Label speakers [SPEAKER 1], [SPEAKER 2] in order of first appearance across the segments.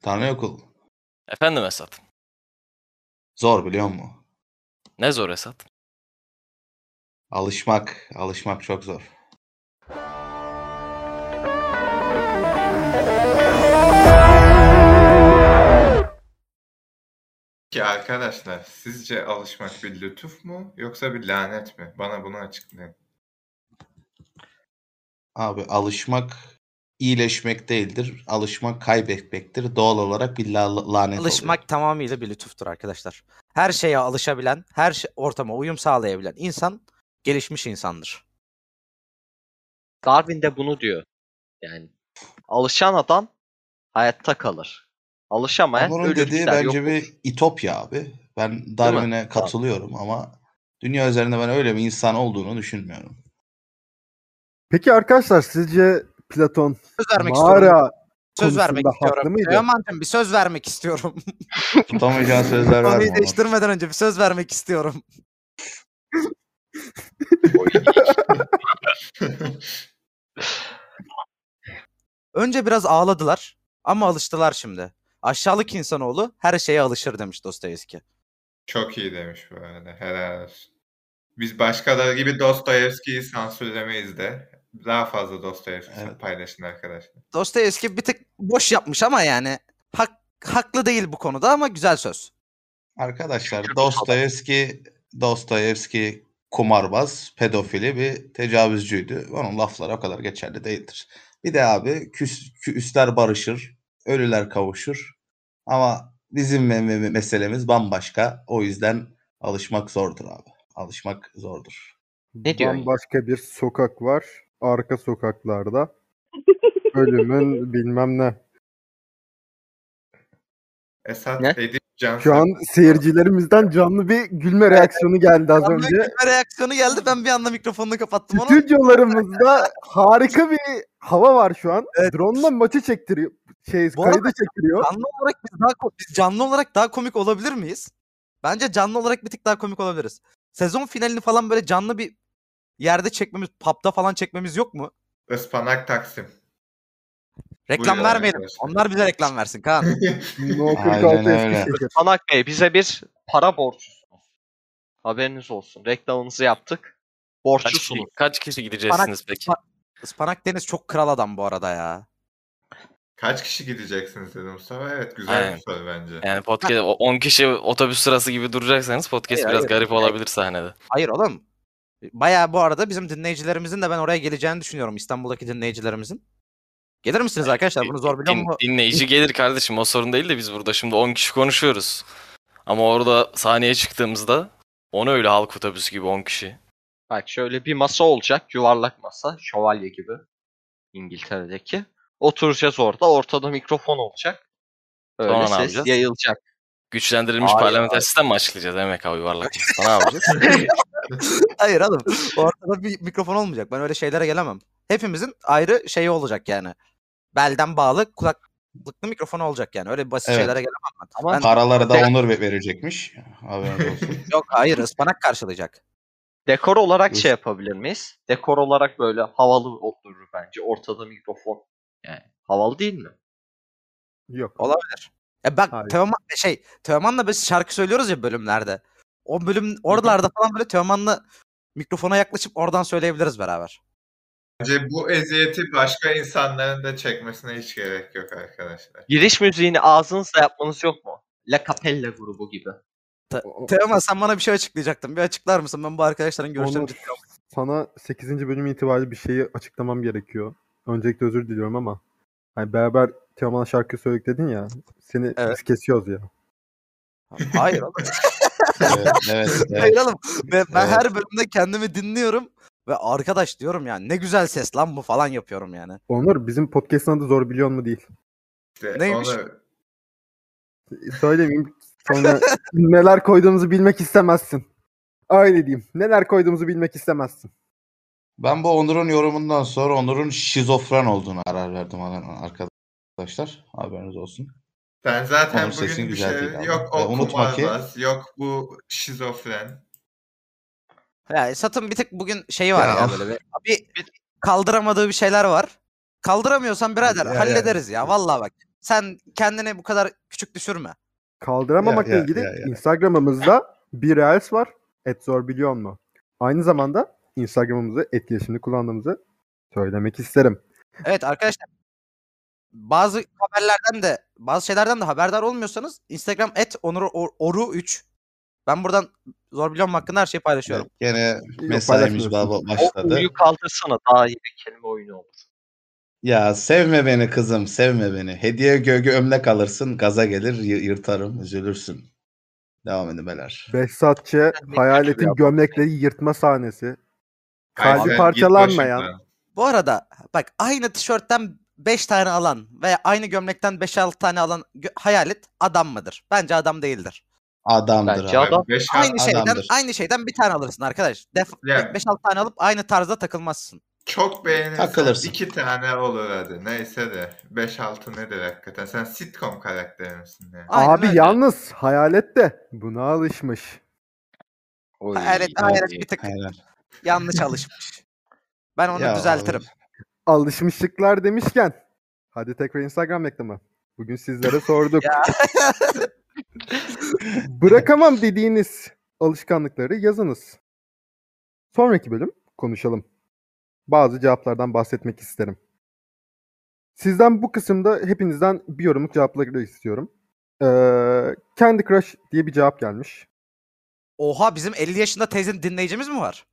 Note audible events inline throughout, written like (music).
[SPEAKER 1] Tanrıokul.
[SPEAKER 2] Efendim Esat.
[SPEAKER 1] Zor biliyor musun?
[SPEAKER 2] Ne zor Esat.
[SPEAKER 1] Alışmak, alışmak çok zor.
[SPEAKER 3] Ki arkadaşlar sizce alışmak bir lütuf mu yoksa bir lanet mi? Bana bunu açıklayın.
[SPEAKER 1] Abi alışmak iyileşmek değildir. Alışmak kaybetmektir. Doğal olarak bir la- lanet
[SPEAKER 4] Alışmak tamamıyla bir lütuftur arkadaşlar. Her şeye alışabilen, her şey- ortama uyum sağlayabilen insan gelişmiş insandır.
[SPEAKER 5] Darwin de bunu diyor. Yani alışan adam hayatta kalır. Alışamayan
[SPEAKER 1] oluyor. Onun
[SPEAKER 5] ölür
[SPEAKER 1] dediği
[SPEAKER 5] gider, yok
[SPEAKER 1] bence
[SPEAKER 5] olur.
[SPEAKER 1] bir itopya abi. Ben Darwin'e katılıyorum ama dünya üzerinde ben öyle bir insan olduğunu düşünmüyorum.
[SPEAKER 6] Peki arkadaşlar sizce Platon
[SPEAKER 4] Söz vermek istiyorum.
[SPEAKER 6] mağara
[SPEAKER 4] Söz vermek
[SPEAKER 6] konusunda haklı
[SPEAKER 4] istiyorum.
[SPEAKER 6] mıydı?
[SPEAKER 4] Teoman'cığım bir söz vermek istiyorum.
[SPEAKER 1] Tutamayacağın sözler var mı?
[SPEAKER 4] Konuyu
[SPEAKER 1] Onur?
[SPEAKER 4] değiştirmeden önce bir söz vermek istiyorum. Önce biraz ağladılar ama alıştılar şimdi. Aşağılık insanoğlu her şeye alışır demiş Dostoyevski.
[SPEAKER 3] Çok iyi demiş bu arada. Helal olsun. Biz başkaları gibi Dostoyevski'yi sansürlemeyiz de. Daha fazla Dostoyevski
[SPEAKER 1] Evet.
[SPEAKER 3] paylaşın arkadaşlar.
[SPEAKER 4] Dostoyevski bir tık boş yapmış ama yani hak, haklı değil bu konuda ama güzel söz.
[SPEAKER 1] Arkadaşlar Dostoyevski Dostoyevski kumarbaz, pedofili bir tecavüzcüydü. Onun lafları o kadar geçerli değildir. Bir de abi küs, küsler barışır, ölüler kavuşur. Ama bizim me- me- meselemiz bambaşka. O yüzden alışmak zordur abi. Alışmak zordur.
[SPEAKER 5] Ne diyor?
[SPEAKER 6] Bambaşka bir sokak var. Arka sokaklarda. (laughs) Ölümün bilmem ne.
[SPEAKER 3] Esat
[SPEAKER 5] Ne?
[SPEAKER 3] Edip Can
[SPEAKER 6] Şu an seyircilerimizden canlı bir gülme reaksiyonu geldi az
[SPEAKER 4] Ben
[SPEAKER 6] önce.
[SPEAKER 4] bir reaksiyonu geldi ben bir anda mikrofonunu kapattım onu.
[SPEAKER 6] Stüdyolarımızda harika bir hava var şu an.
[SPEAKER 4] Evet.
[SPEAKER 6] Drone'la maçı çektiriyor. Şey,
[SPEAKER 4] Bu arada-
[SPEAKER 6] kaydı çektiriyor.
[SPEAKER 4] Canlı olarak biz daha ko- biz canlı olarak daha komik olabilir miyiz? Bence canlı olarak bir tık daha komik olabiliriz. Sezon finalini falan böyle canlı bir yerde çekmemiz, pub'da falan çekmemiz yok mu?
[SPEAKER 3] Ispanak Taksim.
[SPEAKER 4] Reklam
[SPEAKER 3] Buyurun
[SPEAKER 4] vermeyelim.
[SPEAKER 3] arkadaşlar.
[SPEAKER 4] Onlar bize reklam versin
[SPEAKER 6] (laughs)
[SPEAKER 4] Kaan.
[SPEAKER 6] No
[SPEAKER 1] Aynen
[SPEAKER 6] 46
[SPEAKER 1] öyle.
[SPEAKER 6] Eskişehir.
[SPEAKER 5] Panak Bey bize bir para borçlusunuz. Haberiniz olsun. Reklamınızı yaptık.
[SPEAKER 2] Kaç kişi,
[SPEAKER 5] Borçlusunuz.
[SPEAKER 2] kaç kişi gideceksiniz peki?
[SPEAKER 4] Ispanak Deniz çok kral adam bu arada ya.
[SPEAKER 3] Kaç kişi gideceksiniz dedi Mustafa. Evet güzel
[SPEAKER 2] Aynen.
[SPEAKER 3] bir soru bence.
[SPEAKER 2] Yani podcast o- 10 kişi otobüs sırası gibi duracaksanız podcast
[SPEAKER 5] Hayır,
[SPEAKER 2] biraz
[SPEAKER 5] hayır.
[SPEAKER 2] garip olabilir sahnede.
[SPEAKER 4] Hayır oğlum. Bayağı bu arada bizim dinleyicilerimizin de ben oraya geleceğini düşünüyorum İstanbul'daki dinleyicilerimizin. Gelir misiniz arkadaşlar? Bunu zor biliyor
[SPEAKER 2] Din-
[SPEAKER 4] mu?
[SPEAKER 2] dinleyici gelir kardeşim o sorun değil de biz burada şimdi 10 kişi konuşuyoruz. Ama orada sahneye çıktığımızda onu öyle halk otobüsü gibi 10 kişi.
[SPEAKER 5] Bak şöyle bir masa olacak. Yuvarlak masa. Şövalye gibi. İngiltere'deki. Oturacağız orada. Ortada mikrofon olacak. Öyle
[SPEAKER 2] Sonra ne
[SPEAKER 5] ses
[SPEAKER 2] yapacağız?
[SPEAKER 5] yayılacak.
[SPEAKER 2] Güçlendirilmiş
[SPEAKER 5] Hayır,
[SPEAKER 2] parlamenter sistem mi açıklayacağız? Emek abi yuvarlak. Sana ne
[SPEAKER 5] (laughs)
[SPEAKER 2] yapacağız?
[SPEAKER 4] Hayır oğlum. Ortada bir mikrofon olmayacak. Ben öyle şeylere gelemem. Hepimizin ayrı şeyi olacak yani. Belden bağlı kulaklıklı mikrofonu olacak yani. Öyle basit
[SPEAKER 1] Evet.
[SPEAKER 4] şeylere gelemem ben.
[SPEAKER 5] Ama-
[SPEAKER 4] Ben-
[SPEAKER 1] Paraları da Onur ve- verecekmiş. Haberiniz
[SPEAKER 4] (laughs)
[SPEAKER 1] olsun.
[SPEAKER 4] yok hayır ıspanak karşılayacak.
[SPEAKER 5] Dekor olarak
[SPEAKER 1] Biz-
[SPEAKER 5] şey yapabilir miyiz? Dekor olarak böyle havalı olur bence. Ortada mikrofon. Yani havalı değil mi?
[SPEAKER 6] Yok.
[SPEAKER 4] Olabilir. E bak
[SPEAKER 6] Hayır.
[SPEAKER 4] Teoman şey Teoman'la biz şarkı söylüyoruz ya bölümlerde. O bölüm oralarda falan böyle Teoman'la mikrofona yaklaşıp oradan söyleyebiliriz beraber.
[SPEAKER 3] Bence bu eziyeti başka insanların da çekmesine hiç gerek yok arkadaşlar.
[SPEAKER 5] Giriş müziğini ağzınızla yapmanız yok mu? La Capella grubu gibi.
[SPEAKER 4] Teoman sen bana bir şey açıklayacaktın. Bir açıklar mısın? Ben bu arkadaşların görüşlerini
[SPEAKER 6] Onur, sana 8. bölüm itibariyle bir şeyi açıklamam gerekiyor. Öncelikle özür diliyorum ama hani beraber Teoman'a şarkı söyledik dedin ya. Seni
[SPEAKER 4] Evet.
[SPEAKER 6] biz kesiyoruz ya.
[SPEAKER 4] Hayır oğlum.
[SPEAKER 1] evet, evet, evet.
[SPEAKER 4] Hayır oğlum. Ve ben
[SPEAKER 1] Evet.
[SPEAKER 4] her bölümde kendimi dinliyorum ve arkadaş diyorum yani ne güzel ses lan bu falan yapıyorum yani.
[SPEAKER 6] Onur bizim podcast'ın adı zor biliyor mu değil.
[SPEAKER 3] İşte
[SPEAKER 4] Neymiş?
[SPEAKER 3] onu-
[SPEAKER 6] Söylemeyeyim
[SPEAKER 1] (laughs)
[SPEAKER 6] sonra neler koyduğumuzu bilmek istemezsin. Öyle diyeyim. Neler koyduğumuzu bilmek istemezsin.
[SPEAKER 1] Ben bu Onur'un yorumundan sonra Onur'un şizofren olduğunu karar verdim arkadaşlar. Haberiniz olsun.
[SPEAKER 3] Sen zaten
[SPEAKER 1] Onun
[SPEAKER 3] bugün
[SPEAKER 1] sesin
[SPEAKER 3] bir
[SPEAKER 1] güzel
[SPEAKER 3] şey
[SPEAKER 1] değil ama.
[SPEAKER 3] yok
[SPEAKER 1] Ve
[SPEAKER 3] o
[SPEAKER 1] unutma ki-
[SPEAKER 3] kumarbaz, yok bu şizofren.
[SPEAKER 4] Yani satın bir tık bugün şeyi var ya,
[SPEAKER 1] Ya.
[SPEAKER 4] böyle bir, bir kaldıramadığı bir şeyler var. Kaldıramıyorsan birader
[SPEAKER 1] Ya, ya.
[SPEAKER 4] hallederiz ya. Vallahi bak. Sen kendini bu kadar küçük düşürme.
[SPEAKER 6] Kaldıramamakla
[SPEAKER 1] Ya, ya,
[SPEAKER 6] ilgili
[SPEAKER 1] ya, ya.
[SPEAKER 6] Instagram'ımızda bir reels var. Etzor biliyor mu? Aynı zamanda Instagram'ımızı etkileşimli kullandığımızı söylemek isterim.
[SPEAKER 4] Evet arkadaşlar bazı haberlerden de bazı şeylerden de haberdar olmuyorsanız Instagram et oru 3 ben buradan zor biliyorum hakkında her şeyi paylaşıyorum.
[SPEAKER 1] Gene
[SPEAKER 6] Yok,
[SPEAKER 1] mesaimiz
[SPEAKER 6] paylaşmıyorsun.
[SPEAKER 1] ba-
[SPEAKER 5] O
[SPEAKER 1] başladı.
[SPEAKER 5] uyu kaldırsana daha iyi bir kelime oyunu olur.
[SPEAKER 1] Ya sevme beni kızım, sevme beni. Hediye gölge ömlek alırsın, gaza gelir, y- yırtarım, üzülürsün. Devam edin beyler.
[SPEAKER 6] Behzatçı hayaletin gömlekleri yırtma sahnesi. Kalbi
[SPEAKER 3] Ay, sen
[SPEAKER 6] parçalanmayan.
[SPEAKER 3] git başımdan.
[SPEAKER 4] Bu arada bak aynı tişörtten 5 tane alan veya aynı gömlekten 5-6 tane alan gö- hayalet adam mıdır? Bence adam değildir.
[SPEAKER 1] Adamdır
[SPEAKER 5] Bence
[SPEAKER 1] abi.
[SPEAKER 5] adam-
[SPEAKER 3] Beş
[SPEAKER 4] Aynı
[SPEAKER 3] hafta-
[SPEAKER 4] şeyden
[SPEAKER 1] adamdır.
[SPEAKER 4] aynı şeyden bir tane alırsın arkadaş. Def
[SPEAKER 3] Yani-
[SPEAKER 4] 5-6 tane alıp aynı tarzda takılmazsın.
[SPEAKER 3] Çok beğenirsen
[SPEAKER 1] Takılırsın.
[SPEAKER 3] iki tane olur hadi. Neyse de. 5-6 nedir hakikaten? Sen sitcom karakteri misin yani?
[SPEAKER 4] Aynen
[SPEAKER 6] Abi
[SPEAKER 4] öyle.
[SPEAKER 6] yalnız hayalet de buna alışmış.
[SPEAKER 5] Oy,
[SPEAKER 4] Hayalet, hayalet bir tık
[SPEAKER 1] Aynen. (laughs)
[SPEAKER 4] yanlış alışmış. Ben onu
[SPEAKER 1] Ya
[SPEAKER 4] düzeltirim.
[SPEAKER 6] Alışmışlıklar demişken hadi tekrar Instagram reklamı. Bugün sizlere
[SPEAKER 4] (laughs)
[SPEAKER 6] sorduk.
[SPEAKER 4] Ya.
[SPEAKER 6] (laughs) Bırakamam dediğiniz alışkanlıkları yazınız. Sonraki bölüm konuşalım. Bazı cevaplardan bahsetmek isterim. Sizden bu kısımda hepinizden bir yorumluk cevapları istiyorum. Ee, Candy Crush diye bir cevap gelmiş.
[SPEAKER 4] Oha bizim 50 yaşında teyzenin dinleyicimiz mi var?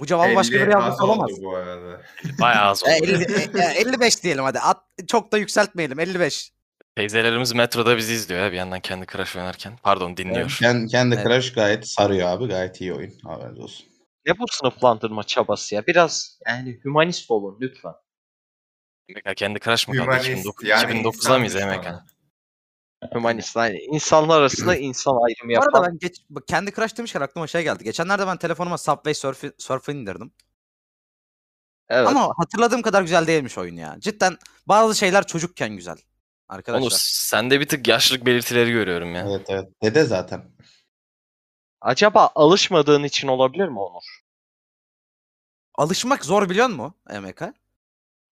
[SPEAKER 4] Bu cevabı başka
[SPEAKER 3] 50
[SPEAKER 4] biri
[SPEAKER 3] az
[SPEAKER 4] yazmış
[SPEAKER 3] oldu
[SPEAKER 4] olamaz.
[SPEAKER 3] bu arada.
[SPEAKER 2] Bayağı az
[SPEAKER 4] E,
[SPEAKER 2] oldu.
[SPEAKER 4] 50, e, e, 55 diyelim hadi. At, çok da yükseltmeyelim 55.
[SPEAKER 2] Teyzelerimiz metroda bizi izliyor ya bir yandan kendi Crash oynarken. Pardon dinliyor.
[SPEAKER 1] Ken- Candy
[SPEAKER 4] Evet.
[SPEAKER 1] Crush gayet sarıyor abi. Gayet iyi oyun. Haberiniz olsun.
[SPEAKER 5] Ne bu sınıflandırma çabası ya? Biraz yani hümanist olun lütfen.
[SPEAKER 2] Ya kendi Crash mı kaldı?
[SPEAKER 3] Hümanist,
[SPEAKER 2] 2009
[SPEAKER 3] yani
[SPEAKER 2] 2009'da mıyız
[SPEAKER 3] insanmış
[SPEAKER 2] MK?
[SPEAKER 3] falan.
[SPEAKER 5] Hümanist yani
[SPEAKER 4] (clears throat)
[SPEAKER 5] insanlar arasında insan ayrımı
[SPEAKER 4] Bu arada
[SPEAKER 5] yapan
[SPEAKER 4] ben geç, bak, kendi Crash demişken aklıma şey geldi. Geçenlerde ben telefonuma Subway Surf'i Surf'ı indirdim.
[SPEAKER 5] evet.
[SPEAKER 4] Ama hatırladığım kadar güzel değilmiş oyun ya. Cidden bazı şeyler çocukken güzel. Arkadaşlar.
[SPEAKER 2] Oğlum sende bir tık yaşlılık belirtileri görüyorum ya.
[SPEAKER 1] Evet evet. Dede zaten.
[SPEAKER 5] Acaba alışmadığın için olabilir mi Onur?
[SPEAKER 4] Alışmak zor biliyor musun MK?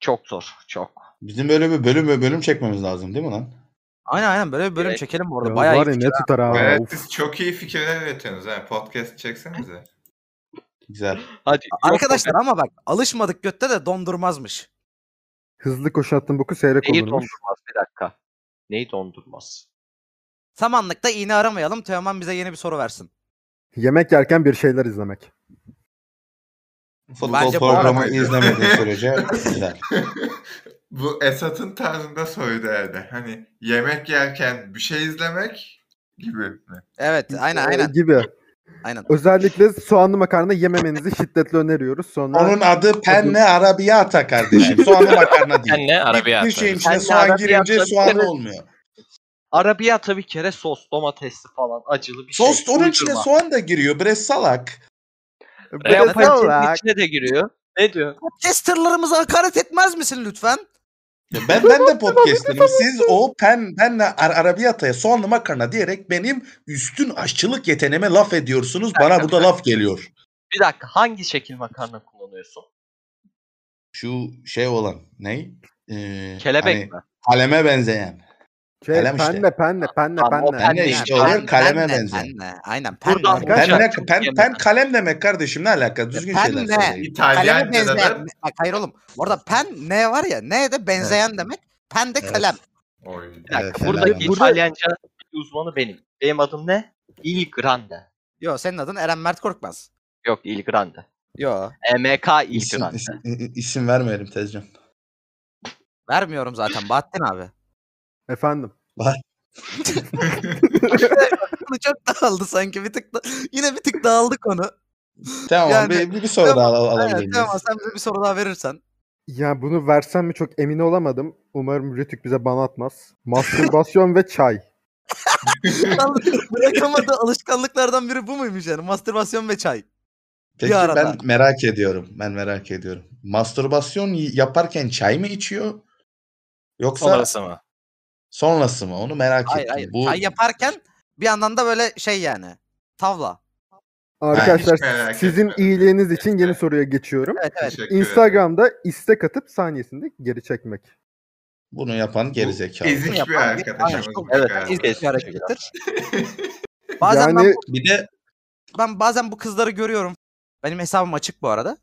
[SPEAKER 5] Çok zor, çok.
[SPEAKER 1] Bizim böyle bir bölüm ve bölüm çekmemiz lazım değil mi lan?
[SPEAKER 4] Aynen aynen böyle bir bölüm
[SPEAKER 5] Direkt.
[SPEAKER 4] çekelim bu arada.
[SPEAKER 6] Ya
[SPEAKER 4] Bayağı iyi
[SPEAKER 6] var ya
[SPEAKER 4] fikir.
[SPEAKER 6] ne tutar abi.
[SPEAKER 3] Evet,
[SPEAKER 6] of.
[SPEAKER 3] siz çok iyi fikirler üretiyorsunuz. ha. Podcast çeksenize. (laughs)
[SPEAKER 1] Güzel.
[SPEAKER 5] Hadi yok
[SPEAKER 4] Arkadaşlar ama bak alışmadık götte de dondurmazmış.
[SPEAKER 6] Hızlı koşan attın boku seyrek
[SPEAKER 5] bakın, neyi
[SPEAKER 6] olurmuş.
[SPEAKER 5] dondurmaz bir dakika. Neyi dondurmaz?
[SPEAKER 4] Samanlıkta iğne aramayalım. Teoman bize yeni bir soru versin.
[SPEAKER 6] Yemek yerken bir şeyler izlemek.
[SPEAKER 1] Futbol
[SPEAKER 4] Bence bu
[SPEAKER 1] programı
[SPEAKER 3] arada-
[SPEAKER 1] izlemediğin sürece güzel.
[SPEAKER 3] Bu Esat'ın tarzında soydu herhalde. Hani yemek yerken bir şey izlemek gibi mi?
[SPEAKER 4] Evet aynen
[SPEAKER 6] Ee,
[SPEAKER 4] aynen.
[SPEAKER 6] Gibi.
[SPEAKER 4] aynen.
[SPEAKER 6] Özellikle soğanlı makarna yememenizi şiddetle öneriyoruz. Sonra
[SPEAKER 1] Onun adı penne arabiyata kardeşim. Soğanlı makarna değil.
[SPEAKER 2] Penne arabiyata.
[SPEAKER 1] Bir şeyin içine
[SPEAKER 5] Penne
[SPEAKER 1] soğan girince
[SPEAKER 5] arabiyata.
[SPEAKER 1] soğan olmuyor.
[SPEAKER 5] Arabiyata bir kere sos, domatesli falan acılı bir şey.
[SPEAKER 1] Sos onun içine
[SPEAKER 5] uydurma.
[SPEAKER 1] soğan da giriyor. Bre salak.
[SPEAKER 5] Veya
[SPEAKER 4] Evet,
[SPEAKER 5] paketin
[SPEAKER 6] olarak-
[SPEAKER 5] içine de giriyor. Ne diyor?
[SPEAKER 4] Testerlarımıza hakaret etmez misin lütfen?
[SPEAKER 1] Ya Ben ben (laughs) de podcast'im. Siz o pen penle ar- arabiyataya soğanlı makarna diyerek benim üstün aşçılık yeteneğime laf ediyorsunuz. Bana burada laf geliyor.
[SPEAKER 5] Bir dakika hangi şekil makarna kullanıyorsun?
[SPEAKER 1] Şu şey olan ne? Ee,
[SPEAKER 5] Kelebek
[SPEAKER 1] hani
[SPEAKER 5] mi?
[SPEAKER 1] Kaleme benzeyen.
[SPEAKER 6] şey,
[SPEAKER 1] kalem işte.
[SPEAKER 6] penne, penne, penne,
[SPEAKER 5] Tamam, o
[SPEAKER 6] penne.
[SPEAKER 5] penne.
[SPEAKER 1] Penne işte olur kaleme benzeyen.
[SPEAKER 4] Penne, aynen
[SPEAKER 5] Buradan
[SPEAKER 4] penne.
[SPEAKER 5] Kalem.
[SPEAKER 1] Pen, ne,
[SPEAKER 5] Kalem.
[SPEAKER 1] pen, pen kalem demek kardeşim ne alaka? Düzgün şeyler
[SPEAKER 4] Penne.
[SPEAKER 1] söyleyin.
[SPEAKER 4] Kaleme
[SPEAKER 3] İtalyanca'da da...
[SPEAKER 4] benzeyen. Bak hayır oğlum. Orada pen ne var ya ne de benzeyen demek. Pen de
[SPEAKER 1] Evet.
[SPEAKER 4] kalem.
[SPEAKER 3] Oy.
[SPEAKER 5] Bir dakika
[SPEAKER 1] Evet,
[SPEAKER 5] buradaki
[SPEAKER 1] helal
[SPEAKER 6] olsun.
[SPEAKER 5] İtalyanca uzmanı benim. Benim adım ne? Il Grande.
[SPEAKER 4] Yo senin adın Eren Mert Korkmaz.
[SPEAKER 5] Yok Il Grande.
[SPEAKER 4] Yo.
[SPEAKER 5] MK Il
[SPEAKER 1] İsim,
[SPEAKER 5] Grande.
[SPEAKER 1] isim, i- isim vermeyelim Tezcan.
[SPEAKER 4] Vermiyorum zaten Bahattin abi.
[SPEAKER 6] Efendim.
[SPEAKER 4] Konu çok dağıldı sanki bir tık da, yine bir tık dağıldı konu.
[SPEAKER 1] Tamam
[SPEAKER 4] Yani-
[SPEAKER 1] bir, bir, bir soru
[SPEAKER 4] Tamam,
[SPEAKER 1] daha al- alabilir
[SPEAKER 4] Evet,
[SPEAKER 1] miyiz?
[SPEAKER 4] tamam sen bize bir soru daha verirsen.
[SPEAKER 6] Ya bunu versem mi çok emin olamadım. Umarım Rütük bize ban atmaz. Mastürbasyon ve çay.
[SPEAKER 4] (laughs) Bırakamadığı alışkanlıklardan biri bu muymuş yani? Mastürbasyon ve çay.
[SPEAKER 1] Peki
[SPEAKER 4] Bir arada.
[SPEAKER 1] ben merak ediyorum. Ben merak ediyorum. Mastürbasyon y- yaparken çay mı içiyor? Yoksa sonrası,
[SPEAKER 2] Sonrası mı?
[SPEAKER 1] mı? Onu merak
[SPEAKER 4] Hayır
[SPEAKER 1] ettim.
[SPEAKER 4] hayır.
[SPEAKER 1] Bu
[SPEAKER 4] Çay yaparken bir yandan da böyle şey yani. Tavla.
[SPEAKER 6] Arkadaşlar
[SPEAKER 3] hiç merak
[SPEAKER 6] sizin
[SPEAKER 3] etme.
[SPEAKER 6] iyiliğiniz için yeni soruya geçiyorum.
[SPEAKER 4] Evet evet.
[SPEAKER 3] Teşekkür ederim.
[SPEAKER 6] Instagram'da istek atıp saniyesinde geri çekmek.
[SPEAKER 1] Bunu yapan gerizekalı.
[SPEAKER 3] Ezik bir
[SPEAKER 4] Yapan- Aynen,
[SPEAKER 3] arkadaşımız.
[SPEAKER 4] çok-
[SPEAKER 3] bu
[SPEAKER 5] Evet,
[SPEAKER 3] yani.
[SPEAKER 5] ezik.
[SPEAKER 4] İzleyici bir
[SPEAKER 5] Kesinlikle.
[SPEAKER 4] harekettir. Bazen ben
[SPEAKER 6] Yani-
[SPEAKER 1] Bir de
[SPEAKER 4] ben bazen bu kızları görüyorum. Benim hesabım açık bu arada.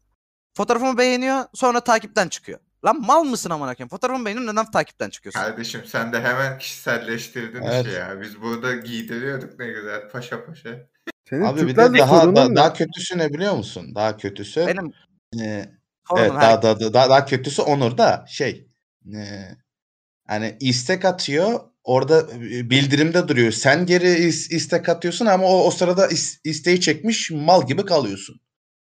[SPEAKER 4] Fotoğrafımı beğeniyor sonra takipten çıkıyor. Lan mal mısın amına koyayım? Fotoğrafımı beğeniyorum neden takipten çıkıyorsun?
[SPEAKER 3] Kardeşim sen de hemen kişiselleştirdin
[SPEAKER 1] Evet.
[SPEAKER 3] işi ya. Biz burada giydiriyorduk ne güzel paşa paşa.
[SPEAKER 6] Senin
[SPEAKER 1] abi bir de
[SPEAKER 6] Türklerle
[SPEAKER 1] daha
[SPEAKER 6] sorunun
[SPEAKER 1] da-
[SPEAKER 6] ne?
[SPEAKER 1] daha kötüsü ne biliyor musun? Daha kötüsü.
[SPEAKER 4] Benim
[SPEAKER 1] e,
[SPEAKER 4] sorunum
[SPEAKER 1] Evet
[SPEAKER 4] her-
[SPEAKER 1] daha, daha, daha, daha kötüsü Onur da şey e, hani istek atıyor orada e, bildirimde duruyor. Sen geri is- istek atıyorsun ama o, o sırada is- isteği çekmiş mal gibi kalıyorsun.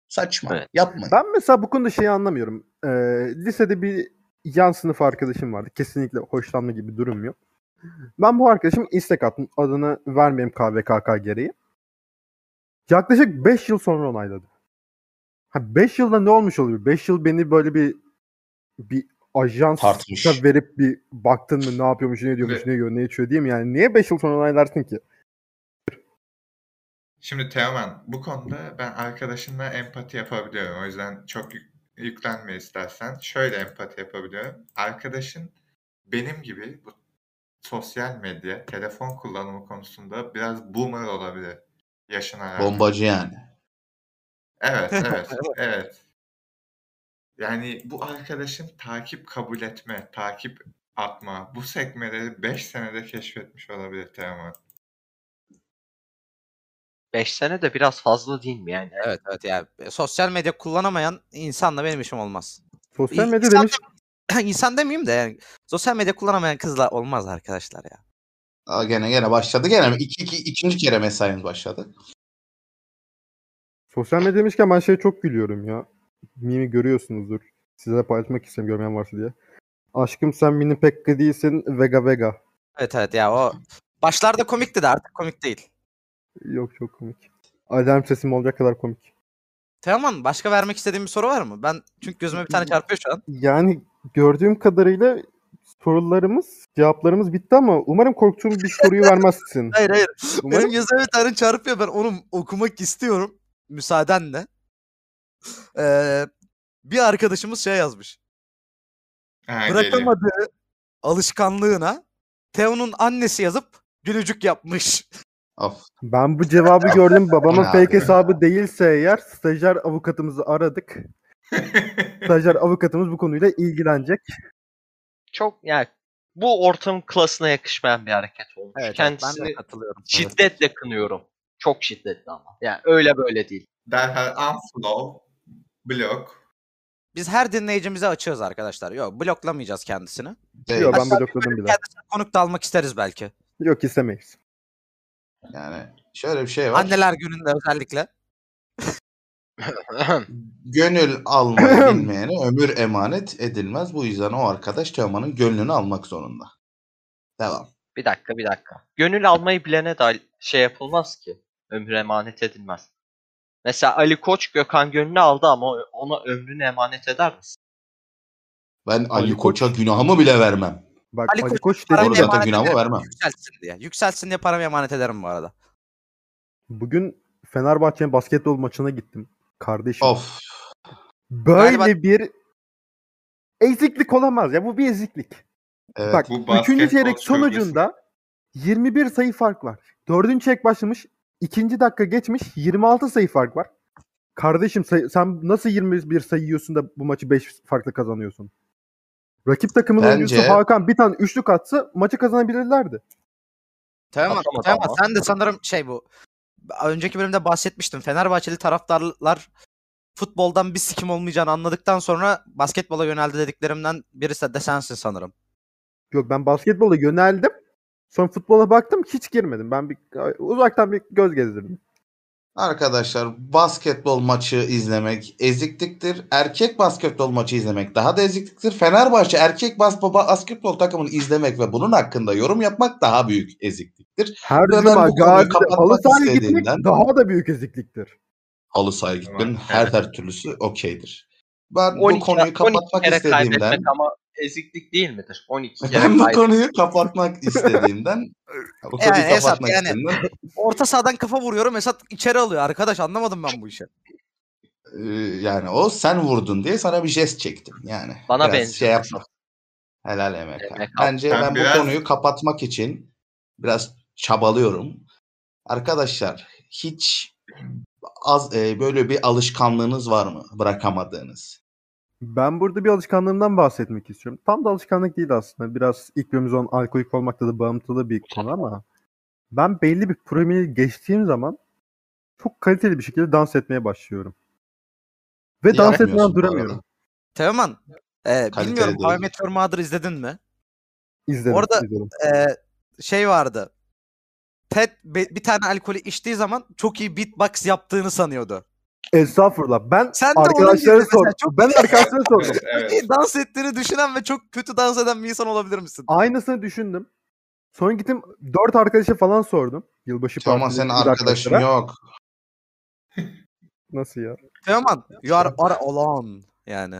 [SPEAKER 1] Saçma.
[SPEAKER 5] Evet.
[SPEAKER 1] Yapmayın.
[SPEAKER 6] Ben mesela bu konuda şeyi anlamıyorum. Ee, lisede bir yan sınıf arkadaşım vardı. Kesinlikle hoşlanma gibi bir durum yok. Ben bu arkadaşım istek attım. Adını vermeyeyim KVKK gereği. Yaklaşık 5 yıl sonra onayladı. 5 yılda ne olmuş oluyor? 5 yıl beni böyle bir bir ajansa
[SPEAKER 1] Tartmış.
[SPEAKER 6] verip bir baktın mı ne yapıyormuş, ne diyormuş,
[SPEAKER 3] Evet.
[SPEAKER 6] ne yiyor, ne içiyor diyeyim yani. Niye 5 yıl sonra onaylarsın ki?
[SPEAKER 3] Şimdi Teoman bu konuda ben arkadaşımla empati yapabiliyorum. O yüzden çok yük- yüklenme istersen. Şöyle empati yapabiliyorum. Arkadaşın benim gibi bu sosyal medya, telefon kullanımı konusunda biraz boomer olabilir. Yaşına rağmen.
[SPEAKER 1] Bombacı yani. (laughs)
[SPEAKER 3] Evet, evet, evet. Yani bu arkadaşın takip kabul etme, takip atma bu sekmeleri 5 senede keşfetmiş olabilir Teoman.
[SPEAKER 5] 5 sene de biraz fazla değil mi yani?
[SPEAKER 4] Evet evet yani sosyal medya kullanamayan insanla benim işim olmaz. (clears throat)
[SPEAKER 6] Sosyal
[SPEAKER 4] İ-
[SPEAKER 6] medya
[SPEAKER 4] insan
[SPEAKER 6] demiş.
[SPEAKER 4] dem- insan demeyeyim de yani sosyal medya kullanamayan kızla olmaz arkadaşlar ya.
[SPEAKER 1] Aa, gene gene başladı. Gene mi? İki, iki, ikinci kere mesaimiz başladı.
[SPEAKER 6] Sosyal medya demişken ben şeye çok gülüyorum ya. Mimi görüyorsunuzdur. Size de paylaşmak istedim görmeyen varsa diye. Aşkım sen mini pekka değilsin vega vega.
[SPEAKER 4] Evet evet ya o başlarda komikti de artık komik değil.
[SPEAKER 6] Yok çok komik. Alarm sesim olacak kadar komik.
[SPEAKER 4] Teoman başka vermek istediğin bir soru var mı? Ben çünkü gözüme bir tane çarpıyor şu an.
[SPEAKER 6] Yani gördüğüm kadarıyla sorularımız, cevaplarımız bitti ama umarım korktuğum bir
[SPEAKER 4] (laughs)
[SPEAKER 6] soruyu vermezsin.
[SPEAKER 4] Hayır hayır.
[SPEAKER 6] Umarım
[SPEAKER 4] Benim gözüme bir tane çarpıyor. Ben onu okumak istiyorum. Müsaadenle. Ee, bir arkadaşımız şey yazmış.
[SPEAKER 3] Ha, gelin.
[SPEAKER 4] Bırakamadığı alışkanlığına Teo'nun annesi yazıp gülücük yapmış.
[SPEAKER 1] Of.
[SPEAKER 6] ben bu cevabı gördüm. Babamın
[SPEAKER 1] Ne abi
[SPEAKER 6] fake
[SPEAKER 1] ya?
[SPEAKER 6] hesabı değilse eğer stajyer avukatımızı aradık. Stajyer avukatımız bu konuyla ilgilenecek.
[SPEAKER 5] Çok yani bu ortamın klasına yakışmayan bir hareket olmuş. Kendisini
[SPEAKER 4] katılıyorum.
[SPEAKER 5] şiddetle kınıyorum. Çok şiddetli ama. Yani öyle
[SPEAKER 1] (clears throat)
[SPEAKER 5] böyle değil.
[SPEAKER 3] (laughs) Derhal unfollow, block.
[SPEAKER 4] Biz her dinleyicimize açığız arkadaşlar. Yok bloklamayacağız kendisini.
[SPEAKER 1] Değil.
[SPEAKER 6] Yok ben
[SPEAKER 4] Hatta
[SPEAKER 6] blokladım bile.
[SPEAKER 4] Kendisini konuk da almak isteriz belki.
[SPEAKER 6] Yok istemeyiz.
[SPEAKER 1] Yani şöyle bir şey var.
[SPEAKER 4] Anneler gününde özellikle.
[SPEAKER 1] Gönül almayı bilmeyene ömür emanet edilmez. Bu yüzden o arkadaş Teoman'ın gönlünü almak zorunda. Devam.
[SPEAKER 5] bir dakika bir dakika. Gönül almayı bilene de şey yapılmaz ki. Ömür emanet edilmez. Mesela Ali Koç Gökhan Gönül'ü aldı ama ona ömrünü emanet eder misin?
[SPEAKER 1] Ben Ali,
[SPEAKER 6] Ali
[SPEAKER 1] Koç'a günahımı bile vermem.
[SPEAKER 6] Bak
[SPEAKER 4] Ali
[SPEAKER 6] Ali,
[SPEAKER 4] Koç-
[SPEAKER 6] Koç dedi.
[SPEAKER 4] Parayı
[SPEAKER 1] Doğru zaten
[SPEAKER 4] emanet
[SPEAKER 1] günahımı
[SPEAKER 4] ederim.
[SPEAKER 1] vermem.
[SPEAKER 4] Yükselsin diye. Yükselsin diye paramı emanet ederim bu arada.
[SPEAKER 6] Bugün Fenerbahçe'nin basketbol maçına gittim. Kardeşim.
[SPEAKER 1] Of.
[SPEAKER 6] Böyle
[SPEAKER 4] Galiba-
[SPEAKER 6] bir eziklik olamaz ya. Bu bir eziklik.
[SPEAKER 1] Evet.
[SPEAKER 6] Bak
[SPEAKER 3] Bu
[SPEAKER 6] üçüncü
[SPEAKER 3] basketbol
[SPEAKER 6] çeyrek
[SPEAKER 3] şubesi.
[SPEAKER 6] sonucunda 21 sayı fark var. Dördüncü çeyrek başlamış. ikinci dakika geçmiş. 26 sayı fark var. Kardeşim sayı- sen nasıl 21 sayı yiyorsun da bu maçı 5 farklı kazanıyorsun? Rakip takımın
[SPEAKER 1] Bence-
[SPEAKER 6] oyuncusu Hakan bir tane üçlük atsa maçı kazanabilirlerdi.
[SPEAKER 4] Tamam,
[SPEAKER 5] Atamaz
[SPEAKER 4] tamam.
[SPEAKER 5] ama.
[SPEAKER 4] Sen de sanırım şey bu. Önceki bölümde bahsetmiştim. Fenerbahçeli taraftarlar futboldan bir sikim olmayacağını anladıktan sonra basketbola yöneldi dediklerimden birisi de sensin sanırım.
[SPEAKER 6] Yok ben basketbola yöneldim. Sonra futbola baktım hiç girmedim. Ben bir uzaktan bir göz gezdirdim.
[SPEAKER 1] Arkadaşlar basketbol maçı izlemek ezikliktir. Erkek basketbol maçı izlemek daha da ezikliktir. Fenerbahçe erkek bas baba- basketbol takımını izlemek ve bunun hakkında yorum yapmak daha büyük ezikliktir.
[SPEAKER 6] Her
[SPEAKER 1] Ben bu
[SPEAKER 6] cuma
[SPEAKER 1] konuyu
[SPEAKER 6] Gazi'de
[SPEAKER 1] kapatmak
[SPEAKER 6] halı sahaya gitmek
[SPEAKER 1] istediğimden-
[SPEAKER 6] daha da büyük ezikliktir.
[SPEAKER 1] Halı sahaya gitmenin
[SPEAKER 3] Evet.
[SPEAKER 1] her her türlüsü okeydir. Ben bu
[SPEAKER 5] 12,
[SPEAKER 1] konuyu
[SPEAKER 5] 12
[SPEAKER 1] kapatmak
[SPEAKER 5] kere
[SPEAKER 1] istediğimden
[SPEAKER 5] kaybetmek ama eziklik değil midir? 12 kere
[SPEAKER 1] (laughs) ben bu
[SPEAKER 5] kaybetmek.
[SPEAKER 1] konuyu kapatmak istediğimden bu konuyu
[SPEAKER 4] Yani Esat,
[SPEAKER 1] kapatmak
[SPEAKER 4] yani-
[SPEAKER 1] istediğimden
[SPEAKER 4] Orta sahadan kafa vuruyorum. Esat içeri alıyor. Arkadaş anlamadım ben bu işi.
[SPEAKER 1] Ee, yani o sen vurdun diye sana bir jest çektim yani.
[SPEAKER 5] Bana
[SPEAKER 1] Biraz
[SPEAKER 5] benziyor
[SPEAKER 1] Şey
[SPEAKER 5] Esat.
[SPEAKER 1] yapma. Helal emek. abi.
[SPEAKER 5] Emek abi.
[SPEAKER 1] Bence
[SPEAKER 3] Ben
[SPEAKER 1] ben
[SPEAKER 3] biraz-
[SPEAKER 1] bu konuyu kapatmak için biraz çabalıyorum. Arkadaşlar hiç az e, böyle bir alışkanlığınız var mı bırakamadığınız?
[SPEAKER 6] Ben burada bir alışkanlığımdan bahsetmek istiyorum. Tam da alışkanlık değil aslında. Biraz ilk bölümümüz olan alkolik olmakla da bağımlılığı bir konu ama ben belli bir promili geçtiğim zaman çok kaliteli bir şekilde dans etmeye başlıyorum. Ve dans
[SPEAKER 1] Yapmıyorsun bu
[SPEAKER 6] etmeden
[SPEAKER 1] arada.
[SPEAKER 6] duramıyorum.
[SPEAKER 4] Teoman, e,
[SPEAKER 1] Kaliteli
[SPEAKER 4] bilmiyorum How I
[SPEAKER 1] değil.
[SPEAKER 4] Met Your Mother izledin mi?
[SPEAKER 6] İzledim,
[SPEAKER 4] Orada-
[SPEAKER 6] izledim.
[SPEAKER 4] E, şey vardı. Ted be- bir tane alkolü içtiği zaman çok iyi beatbox yaptığını sanıyordu.
[SPEAKER 6] Estağfurullah. Ben
[SPEAKER 4] Sen de onun gibi
[SPEAKER 6] arkadaşlara
[SPEAKER 4] mesela
[SPEAKER 6] sordum.
[SPEAKER 4] çok-
[SPEAKER 6] Ben arkadaşlara sordum.
[SPEAKER 3] Evet, evet.
[SPEAKER 4] İyi dans ettiğini düşünen ve çok kötü dans eden bir insan olabilir misin?
[SPEAKER 6] Aynısını düşündüm. Sonra gittim dört arkadaşa falan sordum. Yılbaşı
[SPEAKER 1] Teoman
[SPEAKER 6] partisinde
[SPEAKER 1] senin
[SPEAKER 6] bir
[SPEAKER 1] arkadaşın
[SPEAKER 6] arkadaşlara.
[SPEAKER 1] yok.
[SPEAKER 6] Nasıl ya?
[SPEAKER 4] Teoman, you are, are alone yani.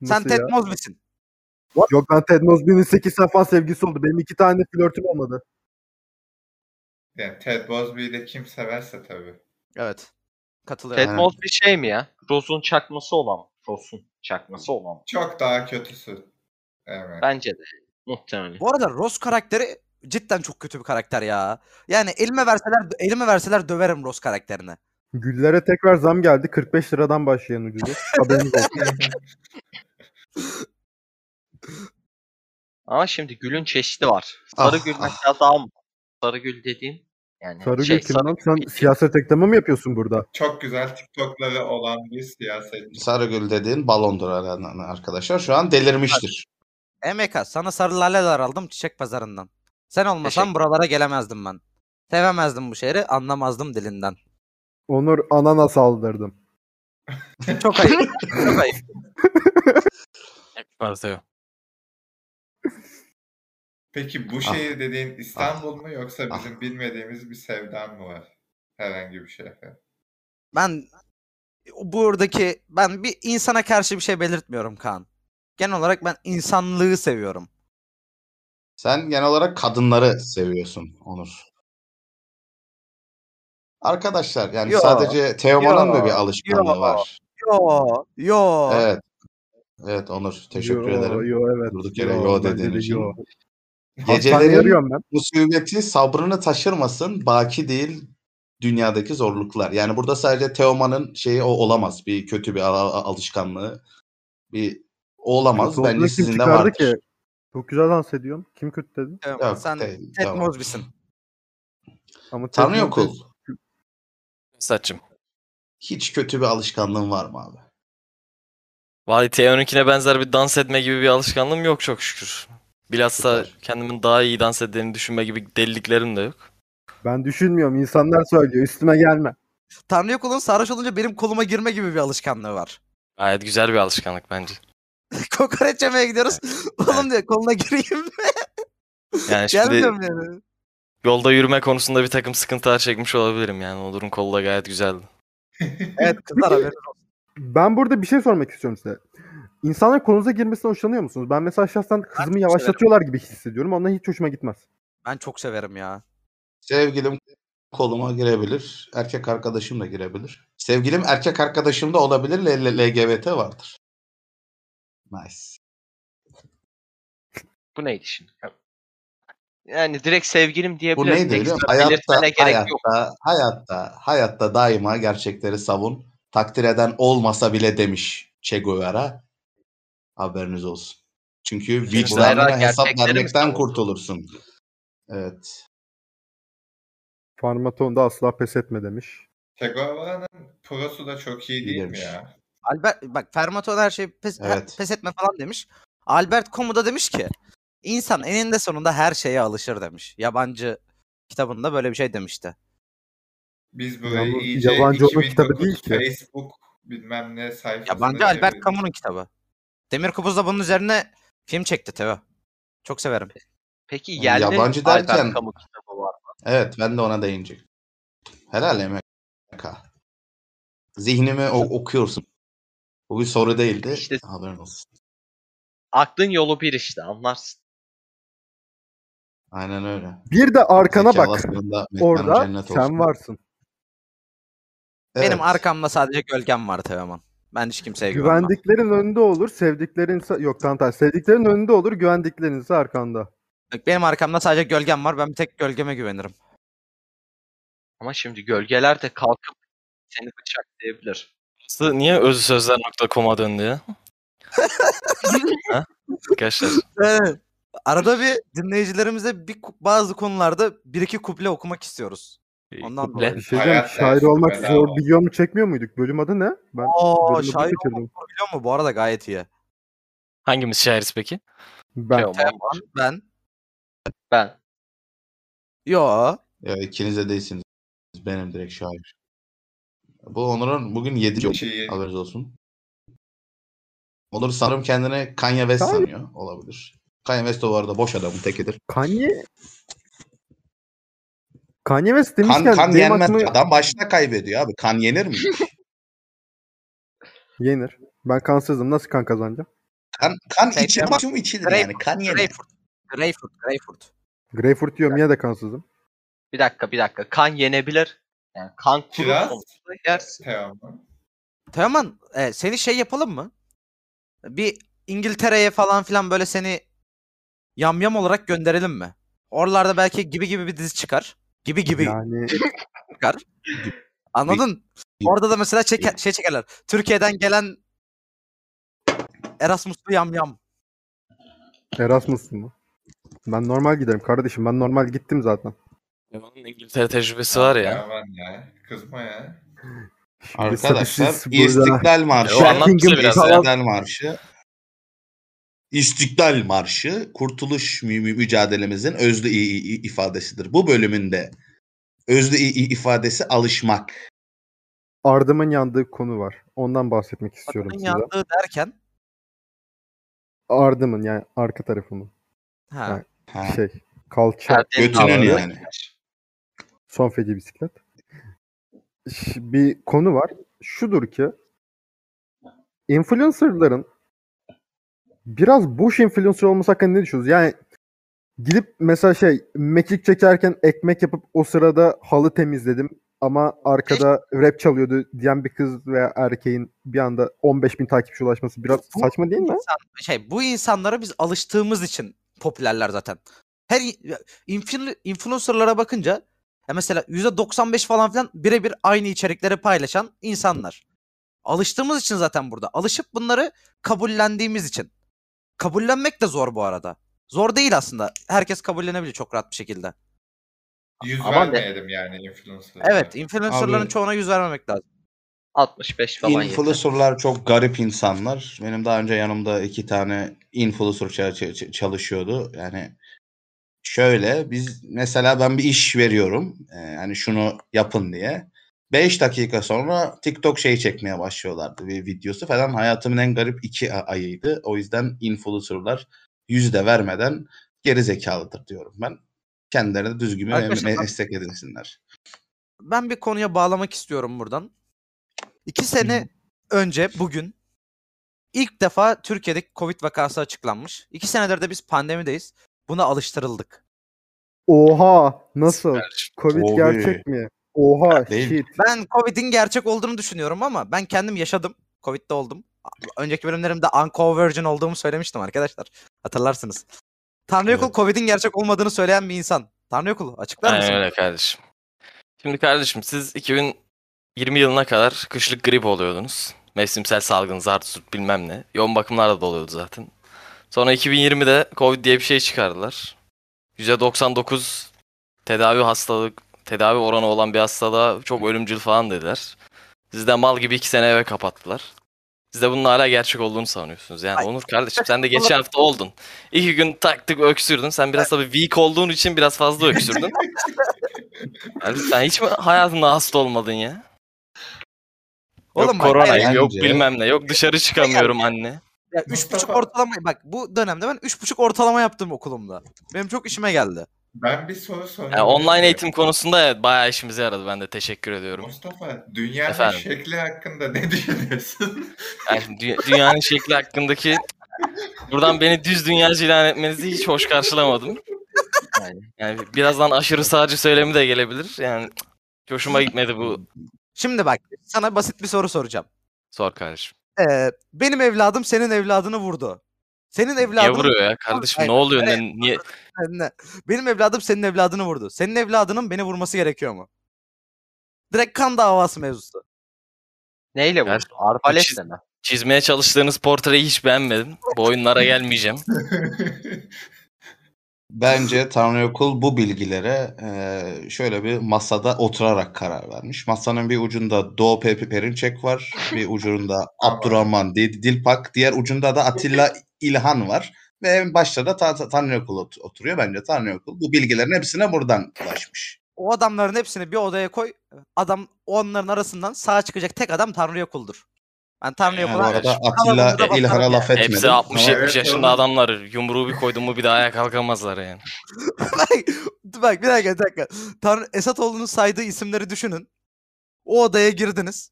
[SPEAKER 6] Nasıl
[SPEAKER 4] Sen Ted
[SPEAKER 6] ya?
[SPEAKER 4] Mosby'sin.
[SPEAKER 6] Yok ben Ted Mosby'nin 8 defa sevgisi oldu. Benim iki tane flörtüm olmadı.
[SPEAKER 3] Yani Ted Mosby'yi de kim severse tabii.
[SPEAKER 4] Evet. Katılıyorum.
[SPEAKER 5] Ted
[SPEAKER 1] Evet.
[SPEAKER 5] Mosby şey mi ya? Rose'un çakması olan mı? Rose'un çakması olan mı?
[SPEAKER 3] Çok daha kötüsü. Evet.
[SPEAKER 5] Bence de muhtemelen.
[SPEAKER 4] Bu arada Ross karakteri cidden çok kötü bir karakter ya. Yani elime verseler elime verseler döverim Ross karakterine.
[SPEAKER 6] Güllere tekrar zam geldi. 45 liradan başlayan ucuzu. Haberiniz olsun.
[SPEAKER 5] Ama şimdi gülün çeşidi var. Sarı
[SPEAKER 1] Ah,
[SPEAKER 5] gül
[SPEAKER 1] ah.
[SPEAKER 5] mesela daha mı? Sarı gül dediğin yani
[SPEAKER 6] Sarıgül
[SPEAKER 5] şey,
[SPEAKER 6] kim
[SPEAKER 5] sarı
[SPEAKER 6] lan?
[SPEAKER 5] gül
[SPEAKER 6] Sen
[SPEAKER 5] değil.
[SPEAKER 6] siyaset reklamı mı yapıyorsun burada?
[SPEAKER 3] Çok güzel TikTok'ları olan bir siyasetçi.
[SPEAKER 1] Sarıgül dediğin balondur herhalde arkadaşlar. Şu an delirmiştir.
[SPEAKER 4] Emeka sana sarı laleler aldım çiçek pazarından. Sen olmasan
[SPEAKER 5] Teşekkür-
[SPEAKER 4] buralara gelemezdim ben. Sevemezdim bu şehri, anlamazdım
[SPEAKER 5] (laughs)
[SPEAKER 4] dilinden.
[SPEAKER 6] Onur anana saldırdım.
[SPEAKER 4] Çok ayıp. çok ayıp.
[SPEAKER 2] Varsayıyorum.
[SPEAKER 3] Peki bu
[SPEAKER 1] Ah.
[SPEAKER 3] şehir dediğin İstanbul mu yoksa
[SPEAKER 1] Ah.
[SPEAKER 3] bizim bilmediğimiz bir sevdan mı var? Herhangi bir şey. şehre.
[SPEAKER 4] Ben buradaki ben bir insana karşı bir şey belirtmiyorum Kaan. Genel olarak ben insanlığı seviyorum.
[SPEAKER 1] Sen genel olarak kadınları seviyorsun Onur. Arkadaşlar yani
[SPEAKER 4] Yo.
[SPEAKER 1] sadece Teoman'ın da bir
[SPEAKER 4] Yo.
[SPEAKER 1] alışkanlığı
[SPEAKER 4] Yo.
[SPEAKER 1] var.
[SPEAKER 4] Yo, yo.
[SPEAKER 1] Evet. Evet Onur teşekkür
[SPEAKER 6] Yo,
[SPEAKER 1] ederim.
[SPEAKER 6] Yo evet.
[SPEAKER 1] Durduk yere yo
[SPEAKER 6] bence
[SPEAKER 1] dediğin
[SPEAKER 6] de
[SPEAKER 1] için.
[SPEAKER 6] yo. Hastaneye
[SPEAKER 1] Gecelerin
[SPEAKER 6] arıyorum ben.
[SPEAKER 1] musibeti sabrını taşırmasın, baki değil dünyadaki zorluklar. Yani burada sadece Teoman'ın şeyi o olamaz. Bir kötü bir al- al- alışkanlığı. Bir o olamaz.
[SPEAKER 6] Sonunda
[SPEAKER 1] Bence
[SPEAKER 6] kim
[SPEAKER 1] sizin de
[SPEAKER 6] çıkardı
[SPEAKER 1] vardır.
[SPEAKER 6] ki? Çok güzel dans ediyorsun. Kim kötü dedin?
[SPEAKER 4] Teoman,
[SPEAKER 1] Yok,
[SPEAKER 4] Sen
[SPEAKER 1] değil,
[SPEAKER 4] Ted
[SPEAKER 1] tamam.
[SPEAKER 4] Mosby'sin.
[SPEAKER 6] Ama Ted
[SPEAKER 1] Tanrı
[SPEAKER 6] Mosby-
[SPEAKER 1] okul.
[SPEAKER 2] Saçım.
[SPEAKER 1] Hiç kötü bir alışkanlığın var mı abi?
[SPEAKER 2] Vay T12'ne benzer bir dans etme gibi bir alışkanlığım yok çok şükür. Bilhassa
[SPEAKER 1] Süper.
[SPEAKER 2] kendimin daha iyi dans ettiğini düşünme gibi deliliklerim de yok.
[SPEAKER 6] Ben düşünmüyorum. İnsanlar söylüyor. Üstüme gelme.
[SPEAKER 4] Tanrı yok olun sarhoş olunca benim koluma girme gibi bir alışkanlığı var. (laughs)
[SPEAKER 2] Gayet güzel bir alışkanlık bence.
[SPEAKER 4] Kokoreç yemeye gidiyoruz. Oğlum diyor koluna gireyim. (laughs)
[SPEAKER 2] Yani şimdi
[SPEAKER 4] Gelmiyorum yani.
[SPEAKER 2] yolda yürüme konusunda bir takım sıkıntılar çekmiş olabilirim yani. Onur'un kolu da gayet güzeldi.
[SPEAKER 4] Evet kızlar haberi.
[SPEAKER 6] Ben burada bir şey sormak istiyorum size. İnsanlar kolunuza girmesine hoşlanıyor musunuz? Ben mesela şahsen hızımı yavaşlatıyorlar gibi hissediyorum. Ondan hiç hoşuma gitmez.
[SPEAKER 4] Ben çok severim ya.
[SPEAKER 1] Sevgilim koluma girebilir. Erkek arkadaşım da girebilir. Sevgilim erkek arkadaşım da olabilir. L- L- LGBT vardır. Nice.
[SPEAKER 5] Bu neydi şimdi? Yani direkt sevgilim
[SPEAKER 1] Bu
[SPEAKER 5] diyebilirim.
[SPEAKER 1] neydi biliyor
[SPEAKER 5] Ekstra
[SPEAKER 1] musun? Hayatta,
[SPEAKER 5] belirtmene gerek yok.
[SPEAKER 1] hayatta, hayatta, hayatta daima gerçekleri savun. Takdir eden olmasa bile demiş Che Guevara. Haberiniz olsun. Çünkü vicdanına
[SPEAKER 5] Guevara
[SPEAKER 1] hesap
[SPEAKER 5] gerçekleri mi
[SPEAKER 1] vermekten
[SPEAKER 5] savundu?
[SPEAKER 1] kurtulursun. Evet.
[SPEAKER 6] Farmaton'da asla pes etme demiş.
[SPEAKER 3] Che Guevara'nın prosu da çok iyi
[SPEAKER 1] İyi
[SPEAKER 3] değil mi
[SPEAKER 1] demiş.
[SPEAKER 3] ya?
[SPEAKER 4] Albert bak Fermaton her şeyi pes, her-
[SPEAKER 1] Evet.
[SPEAKER 4] pes etme falan demiş. Albert Camus da demiş ki insan eninde sonunda her şeye alışır demiş. Yabancı kitabında böyle bir şey demişti.
[SPEAKER 3] Biz burayı
[SPEAKER 6] Yalnız
[SPEAKER 3] iyice
[SPEAKER 6] yabancı onun
[SPEAKER 3] 2009
[SPEAKER 6] kitabı değil ki.
[SPEAKER 3] Facebook bilmem ne sayfasında
[SPEAKER 4] Yabancı Albert
[SPEAKER 3] çevirdik.
[SPEAKER 4] Camus'un kitabı. Demir Kubuz da bunun üzerine film çekti Teo. Çok severim.
[SPEAKER 5] Peki
[SPEAKER 1] Yani
[SPEAKER 5] yerli
[SPEAKER 1] yabancı
[SPEAKER 5] Albert
[SPEAKER 1] derken-
[SPEAKER 5] Camus kitabı var.
[SPEAKER 1] Evet ben de ona değinecektim. Helal emek. Zihnimi o- okuyorsun. Bu bir soru değildi.
[SPEAKER 5] İşte-
[SPEAKER 1] Haberin olsun.
[SPEAKER 5] Aklın yolu bir işte anlarsın.
[SPEAKER 1] Aynen öyle.
[SPEAKER 6] Bir de arkana
[SPEAKER 1] Zeki
[SPEAKER 6] bak.
[SPEAKER 1] Alasya'nın da mekanı
[SPEAKER 6] Orada
[SPEAKER 1] cennet
[SPEAKER 6] sen
[SPEAKER 1] olsun.
[SPEAKER 6] varsın.
[SPEAKER 1] Evet.
[SPEAKER 4] Benim arkamda sadece gölgem var Teoman. Ben hiç kimseye güvenmem.
[SPEAKER 6] Güvendiklerin önünde olur, sevdiklerin ise- yok tam tersi. Sevdiklerin önünde olur, güvendiklerin ise arkanda.
[SPEAKER 4] Benim arkamda sadece gölgem var. Ben bir tek gölgeme güvenirim.
[SPEAKER 5] Ama şimdi gölgeler de kalkıp seni bıçaklayabilir.
[SPEAKER 2] Nasıl, niye özsözler.com'a döndü ya? Ha? Arkadaşlar
[SPEAKER 4] Evet. Arada bir dinleyicilerimize bir ku- bazı konularda bir iki kuple okumak istiyoruz. Ondan
[SPEAKER 2] kuple.
[SPEAKER 4] dolayı.
[SPEAKER 6] Bir şey diyeceğim,
[SPEAKER 3] Hayat
[SPEAKER 6] şair
[SPEAKER 3] dersi
[SPEAKER 6] olmak
[SPEAKER 3] bedava.
[SPEAKER 6] zor biliyor mu çekmiyor muyduk? Bölüm adı ne? Ben
[SPEAKER 4] Oo,
[SPEAKER 6] bölüm adını
[SPEAKER 4] şair
[SPEAKER 6] kaçırdım.
[SPEAKER 4] olmak biliyor musun? Bu arada gayet iyi.
[SPEAKER 2] Hangimiz şairiz peki?
[SPEAKER 6] Ben
[SPEAKER 5] Teoman var.
[SPEAKER 4] Ben.
[SPEAKER 5] Ben.
[SPEAKER 4] Yo.
[SPEAKER 1] Ya ikiniz de değilsiniz. Benim direkt şair. Bu Onur'un bugün 7 yok.
[SPEAKER 3] Şey-
[SPEAKER 1] Haberiniz olsun. Onur sanırım kendini Kanye West
[SPEAKER 6] Kanye-
[SPEAKER 1] sanıyor. Olabilir. Kanye West de bu arada boş adamın tekidir.
[SPEAKER 6] Kanye Kanye West demişken
[SPEAKER 1] Kan, kan
[SPEAKER 6] benim
[SPEAKER 1] yenmez.
[SPEAKER 6] aklıma-
[SPEAKER 1] Adam başına kaybediyor abi. Kan yenir mi?
[SPEAKER 6] yenir. Ben kansızım. Nasıl kan kazanacağım?
[SPEAKER 1] kan kan
[SPEAKER 4] Şey,
[SPEAKER 1] içi
[SPEAKER 4] tamam.
[SPEAKER 1] maksimum içidir
[SPEAKER 4] Grey-
[SPEAKER 1] yani. Kan yenir.
[SPEAKER 4] Greyfurt. Greyfurt. Greyfurt.
[SPEAKER 6] Greyfurt yiyorum yine de kansızım.
[SPEAKER 5] Bir dakika bir dakika. Kan yenebilir. Yani kan kuru
[SPEAKER 3] Kiraz?
[SPEAKER 5] sonuçta yersin.
[SPEAKER 3] Teoman.
[SPEAKER 4] Teoman e, seni şey yapalım mı? Bir İngiltere'ye falan filan böyle seni yamyam olarak gönderelim mi? Oralarda belki gibi gibi bir dizi çıkar. Gibi gibi
[SPEAKER 6] Yani
[SPEAKER 4] çıkar. Anladın?
[SPEAKER 1] gibi.
[SPEAKER 4] Orada da mesela çeker, şey çekerler. Türkiye'den gelen Erasmus'lu yamyam.
[SPEAKER 6] Erasmus'un mu? Ben normal giderim kardeşim. Ben normal gittim zaten.
[SPEAKER 2] Teoman'ın İngiltere tecrübesi var Şey ya.
[SPEAKER 3] Teoman ya. Kızma ya.
[SPEAKER 1] Arkadaşlar
[SPEAKER 6] Siz burada-
[SPEAKER 1] İstiklal Marşı.
[SPEAKER 2] E, o anlat bize biraz ya.
[SPEAKER 1] İstiklal Marşı. İstiklal Marşı kurtuluş mü- mü- mücadelemizin özlü i- i- ifadesidir. Bu bölümünde özlü i- i- ifadesi alışmak.
[SPEAKER 6] Ardımın yandığı konu var. Ondan bahsetmek istiyorum
[SPEAKER 4] Adamın
[SPEAKER 6] size.
[SPEAKER 4] yandığı derken.
[SPEAKER 6] Ardımın yani arka tarafımın
[SPEAKER 4] Ha.
[SPEAKER 6] Evet.
[SPEAKER 1] Ha.
[SPEAKER 6] şey kalça
[SPEAKER 5] Perdenin
[SPEAKER 1] Götünün
[SPEAKER 5] altı.
[SPEAKER 1] yani.
[SPEAKER 6] son feci bisiklet. Ş- Bir konu var. Şudur ki influencerların biraz boş influencer olması hakkında ne düşünüyorsunuz? Yani gidip mesela şey mekik çekerken ekmek yapıp o sırada halı temizledim ama arkada rap çalıyordu diyen bir kız veya erkeğin bir anda 15 bin takipçi ulaşması biraz
[SPEAKER 4] Bu-
[SPEAKER 6] saçma değil mi?
[SPEAKER 4] İnsan- şey bu insanlara biz alıştığımız için popülerler zaten. Her i- influ- influencerlara bakınca ya mesela %95 falan filan birebir aynı içerikleri paylaşan insanlar. Alıştığımız için zaten burada. Alışıp bunları kabullendiğimiz için. Kabullenmek de zor bu arada. Zor değil aslında. Herkes kabullenebilir çok rahat bir şekilde.
[SPEAKER 3] Yüz
[SPEAKER 5] Ama de-
[SPEAKER 3] vermeyelim yani influencer'lara.
[SPEAKER 4] Evet, influencerların
[SPEAKER 1] Abi-
[SPEAKER 4] çoğuna yüz vermemek lazım.
[SPEAKER 5] 65 falan yeter.
[SPEAKER 1] Influencerlar çok garip insanlar. Benim daha önce yanımda iki tane influencer ça- ça- ça- çalışıyordu. Yani şöyle biz mesela ben bir iş veriyorum. Ee, yani şunu yapın diye. 5 dakika sonra TikTok şeyi çekmeye başlıyorlardı bir videosu falan. Hayatımın en garip iki a- ayıydı. O yüzden influencerlar yüzde vermeden geri zekalıdır diyorum ben. Kendilerine düzgün bir me-
[SPEAKER 4] Arkadaşlar ben-
[SPEAKER 1] meslek edinsinler.
[SPEAKER 4] ben bir konuya bağlamak istiyorum buradan. İki sene önce bugün ilk defa Türkiye'deki Covid vakası açıklanmış. İki senedir de biz pandemideyiz. Buna alıştırıldık.
[SPEAKER 6] Oha nasıl? Covid
[SPEAKER 1] Oy.
[SPEAKER 6] gerçek mi? Oha
[SPEAKER 1] Değil.
[SPEAKER 6] shit.
[SPEAKER 4] Ben Covid'in gerçek olduğunu düşünüyorum ama ben kendim yaşadım. Covid'de oldum. Önceki bölümlerimde uncovergen olduğumu söylemiştim arkadaşlar. Hatırlarsınız. Tanrı Yokul
[SPEAKER 1] Evet.
[SPEAKER 4] Covid'in gerçek olmadığını söyleyen bir insan. Tanrı Yokul açıklar
[SPEAKER 2] Aynen
[SPEAKER 4] mısın?
[SPEAKER 2] öyle kardeşim. Şimdi kardeşim siz 2020 yılına kadar kışlık grip oluyordunuz. Mevsimsel salgın, zartsurt bilmem ne. Yoğun bakımlarda da oluyordu zaten. Sonra 2020'de Covid diye bir şey çıkardılar. %99 tedavi hastalık, tedavi oranı olan bir hastalığa çok ölümcül falan dediler. Sizi de mal gibi 2 sene eve kapattılar. Siz de bunun hala gerçek olduğunu sanıyorsunuz. Yani
[SPEAKER 4] Ay.
[SPEAKER 2] Onur kardeşim sen de geçen hafta oldun. İki gün taktık öksürdün. Sen biraz tabii weak olduğun için biraz fazla öksürdün. Ya Lütfen hiç mi hayatında hasta olmadın ya? Yok
[SPEAKER 4] Oğlum bak,
[SPEAKER 2] korona,
[SPEAKER 1] hayır.
[SPEAKER 2] yok
[SPEAKER 1] Bence-
[SPEAKER 2] bilmem ne, yok dışarı çıkamıyorum anne.
[SPEAKER 4] Ya üç buçuk
[SPEAKER 3] Mustafa-
[SPEAKER 4] ortalama bak bu dönemde ben üç buçuk ortalama yaptım okulumda. Benim çok işime geldi.
[SPEAKER 3] Ben bir soru sorayım.
[SPEAKER 2] Yani online eğitim konusunda evet bayağı işimize yaradı. Ben de teşekkür ediyorum.
[SPEAKER 3] Mustafa dünyanın
[SPEAKER 2] Efendim?
[SPEAKER 3] şekli hakkında ne (laughs) düşünüyorsun?
[SPEAKER 2] Yani dü- dünyanın şekli hakkındaki buradan beni düz dünyacı ilan etmenizi hiç hoş karşılamadım. Yani, yani birazdan aşırı sağcı söylemi de gelebilir. Yani hiç hoşuma gitmedi bu.
[SPEAKER 4] Şimdi bak sana basit bir soru soracağım.
[SPEAKER 2] Sor kardeşim.
[SPEAKER 4] Ee, benim evladım senin evladını vurdu. Senin
[SPEAKER 2] Niye
[SPEAKER 4] evladın
[SPEAKER 2] vuruyor ya kardeşim ne
[SPEAKER 4] Aynen.
[SPEAKER 2] oluyor ne, niye?
[SPEAKER 4] Ne? benim evladım senin evladını vurdu. Senin evladının beni vurması gerekiyor mu? Direkt kan davası mevzusu.
[SPEAKER 5] Neyle
[SPEAKER 2] Ver.
[SPEAKER 5] vurdu? Arbaletle mi?
[SPEAKER 2] Çizmeye çalıştığınız portreyi hiç beğenmedim. Bu oyunlara gelmeyeceğim.
[SPEAKER 1] Bence Tanrı Yokul bu bilgilere eee, şöyle bir masada oturarak karar vermiş. Masanın bir ucunda Doğu Pepi Perinçek var. Bir ucunda Abdurrahman Dil- Dilpak. Diğer ucunda da Atilla İlhan var. Ve en başta da Ta- Ta- Tanrı Yokul ot- oturuyor. Bence Tanrı Yokul bu bilgilerin hepsine buradan ulaşmış.
[SPEAKER 4] O adamların hepsini bir odaya koy. Adam onların arasından sağ çıkacak tek adam Tanrı Yokul'dur. Ben Tanrı
[SPEAKER 1] Yani bu
[SPEAKER 4] Yokul'a
[SPEAKER 1] arada
[SPEAKER 4] Kalanını
[SPEAKER 1] Atilla
[SPEAKER 4] da bakalım
[SPEAKER 1] İlhan'a
[SPEAKER 4] yani.
[SPEAKER 1] laf etmedim.
[SPEAKER 2] Hepsi 60-70
[SPEAKER 1] ama-
[SPEAKER 3] Evet,
[SPEAKER 2] yaşında
[SPEAKER 3] oğlum.
[SPEAKER 2] adamlar. Yumruğu bir koydum mu bir daha ayağa kalkamazlar yani.
[SPEAKER 4] (laughs) bak, bak bir dakika bir dakika. Tanrı Esatoğlu'nun saydığı isimleri düşünün. O odaya girdiniz.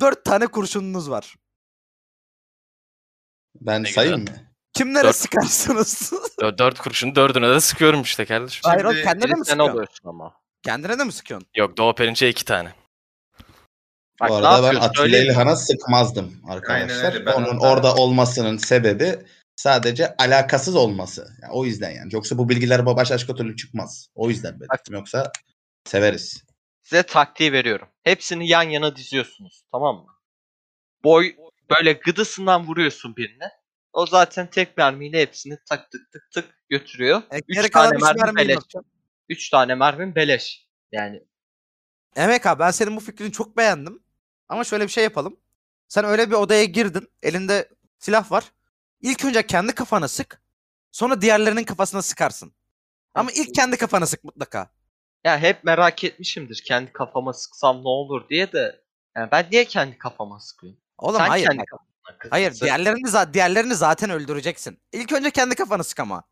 [SPEAKER 4] Dört tane kurşununuz var.
[SPEAKER 1] Ben
[SPEAKER 2] Ne
[SPEAKER 1] sayayım mı?
[SPEAKER 4] Kimlere
[SPEAKER 2] Dört.
[SPEAKER 4] sıkarsınız? (laughs)
[SPEAKER 2] Dö- Dört kurşun dördüne de sıkıyorum işte kardeşim.
[SPEAKER 4] Hayır oğlum
[SPEAKER 3] Şimdi
[SPEAKER 4] kendine de mi
[SPEAKER 5] Biri sen
[SPEAKER 4] sıkıyorsun?
[SPEAKER 5] oluyorsun ama.
[SPEAKER 4] Kendine de mi sıkıyorsun?
[SPEAKER 2] Yok Doğu Perinçe iki tane.
[SPEAKER 5] Bak,
[SPEAKER 1] Bu arada
[SPEAKER 5] ne
[SPEAKER 1] ben
[SPEAKER 5] yapıyorsun?
[SPEAKER 1] Atilla
[SPEAKER 5] Öyle-
[SPEAKER 1] İlhan'a sıkmazdım arkadaşlar.
[SPEAKER 3] öyle. Ben
[SPEAKER 1] Onun
[SPEAKER 3] hatta-
[SPEAKER 1] orada olmasının sebebi sadece alakasız olması. Yani o yüzden yani. Yoksa bu bilgiler ba- başka türlü çıkmaz. O yüzden belirttim. Yoksa severiz.
[SPEAKER 5] Size taktiği veriyorum. Hepsini yan yana diziyorsunuz. Tamam mı? Boy böyle gıdısından vuruyorsun birine. O zaten tek mermiyle hepsini tak tık tık tık götürüyor.
[SPEAKER 4] E,
[SPEAKER 5] üç
[SPEAKER 4] geri kalan
[SPEAKER 5] tane
[SPEAKER 4] üç
[SPEAKER 5] mermi
[SPEAKER 4] mermiyi ne
[SPEAKER 5] beleş.
[SPEAKER 4] yapacaksın?
[SPEAKER 5] Üç tane mermin beleş. Yani
[SPEAKER 4] Emek abi ben senin bu fikrini çok beğendim. Ama şöyle bir şey yapalım. Sen öyle bir odaya girdin. Elinde silah var. İlk önce kendi kafana sık. Sonra diğerlerinin kafasına sıkarsın. Ama ilk kendi kafana sık mutlaka.
[SPEAKER 5] ya hep merak etmişimdir kendi kafama sıksam ne olur diye de. Yani ben niye kendi kafama sıkıyorum?
[SPEAKER 4] Oğlum
[SPEAKER 5] Sen
[SPEAKER 4] hayır.
[SPEAKER 5] kendi
[SPEAKER 4] bak.
[SPEAKER 5] kafana kız.
[SPEAKER 4] Hayır
[SPEAKER 5] Sen-
[SPEAKER 4] diğerlerini, za- diğerlerini zaten öldüreceksin. İlk önce kendi kafana sık ama.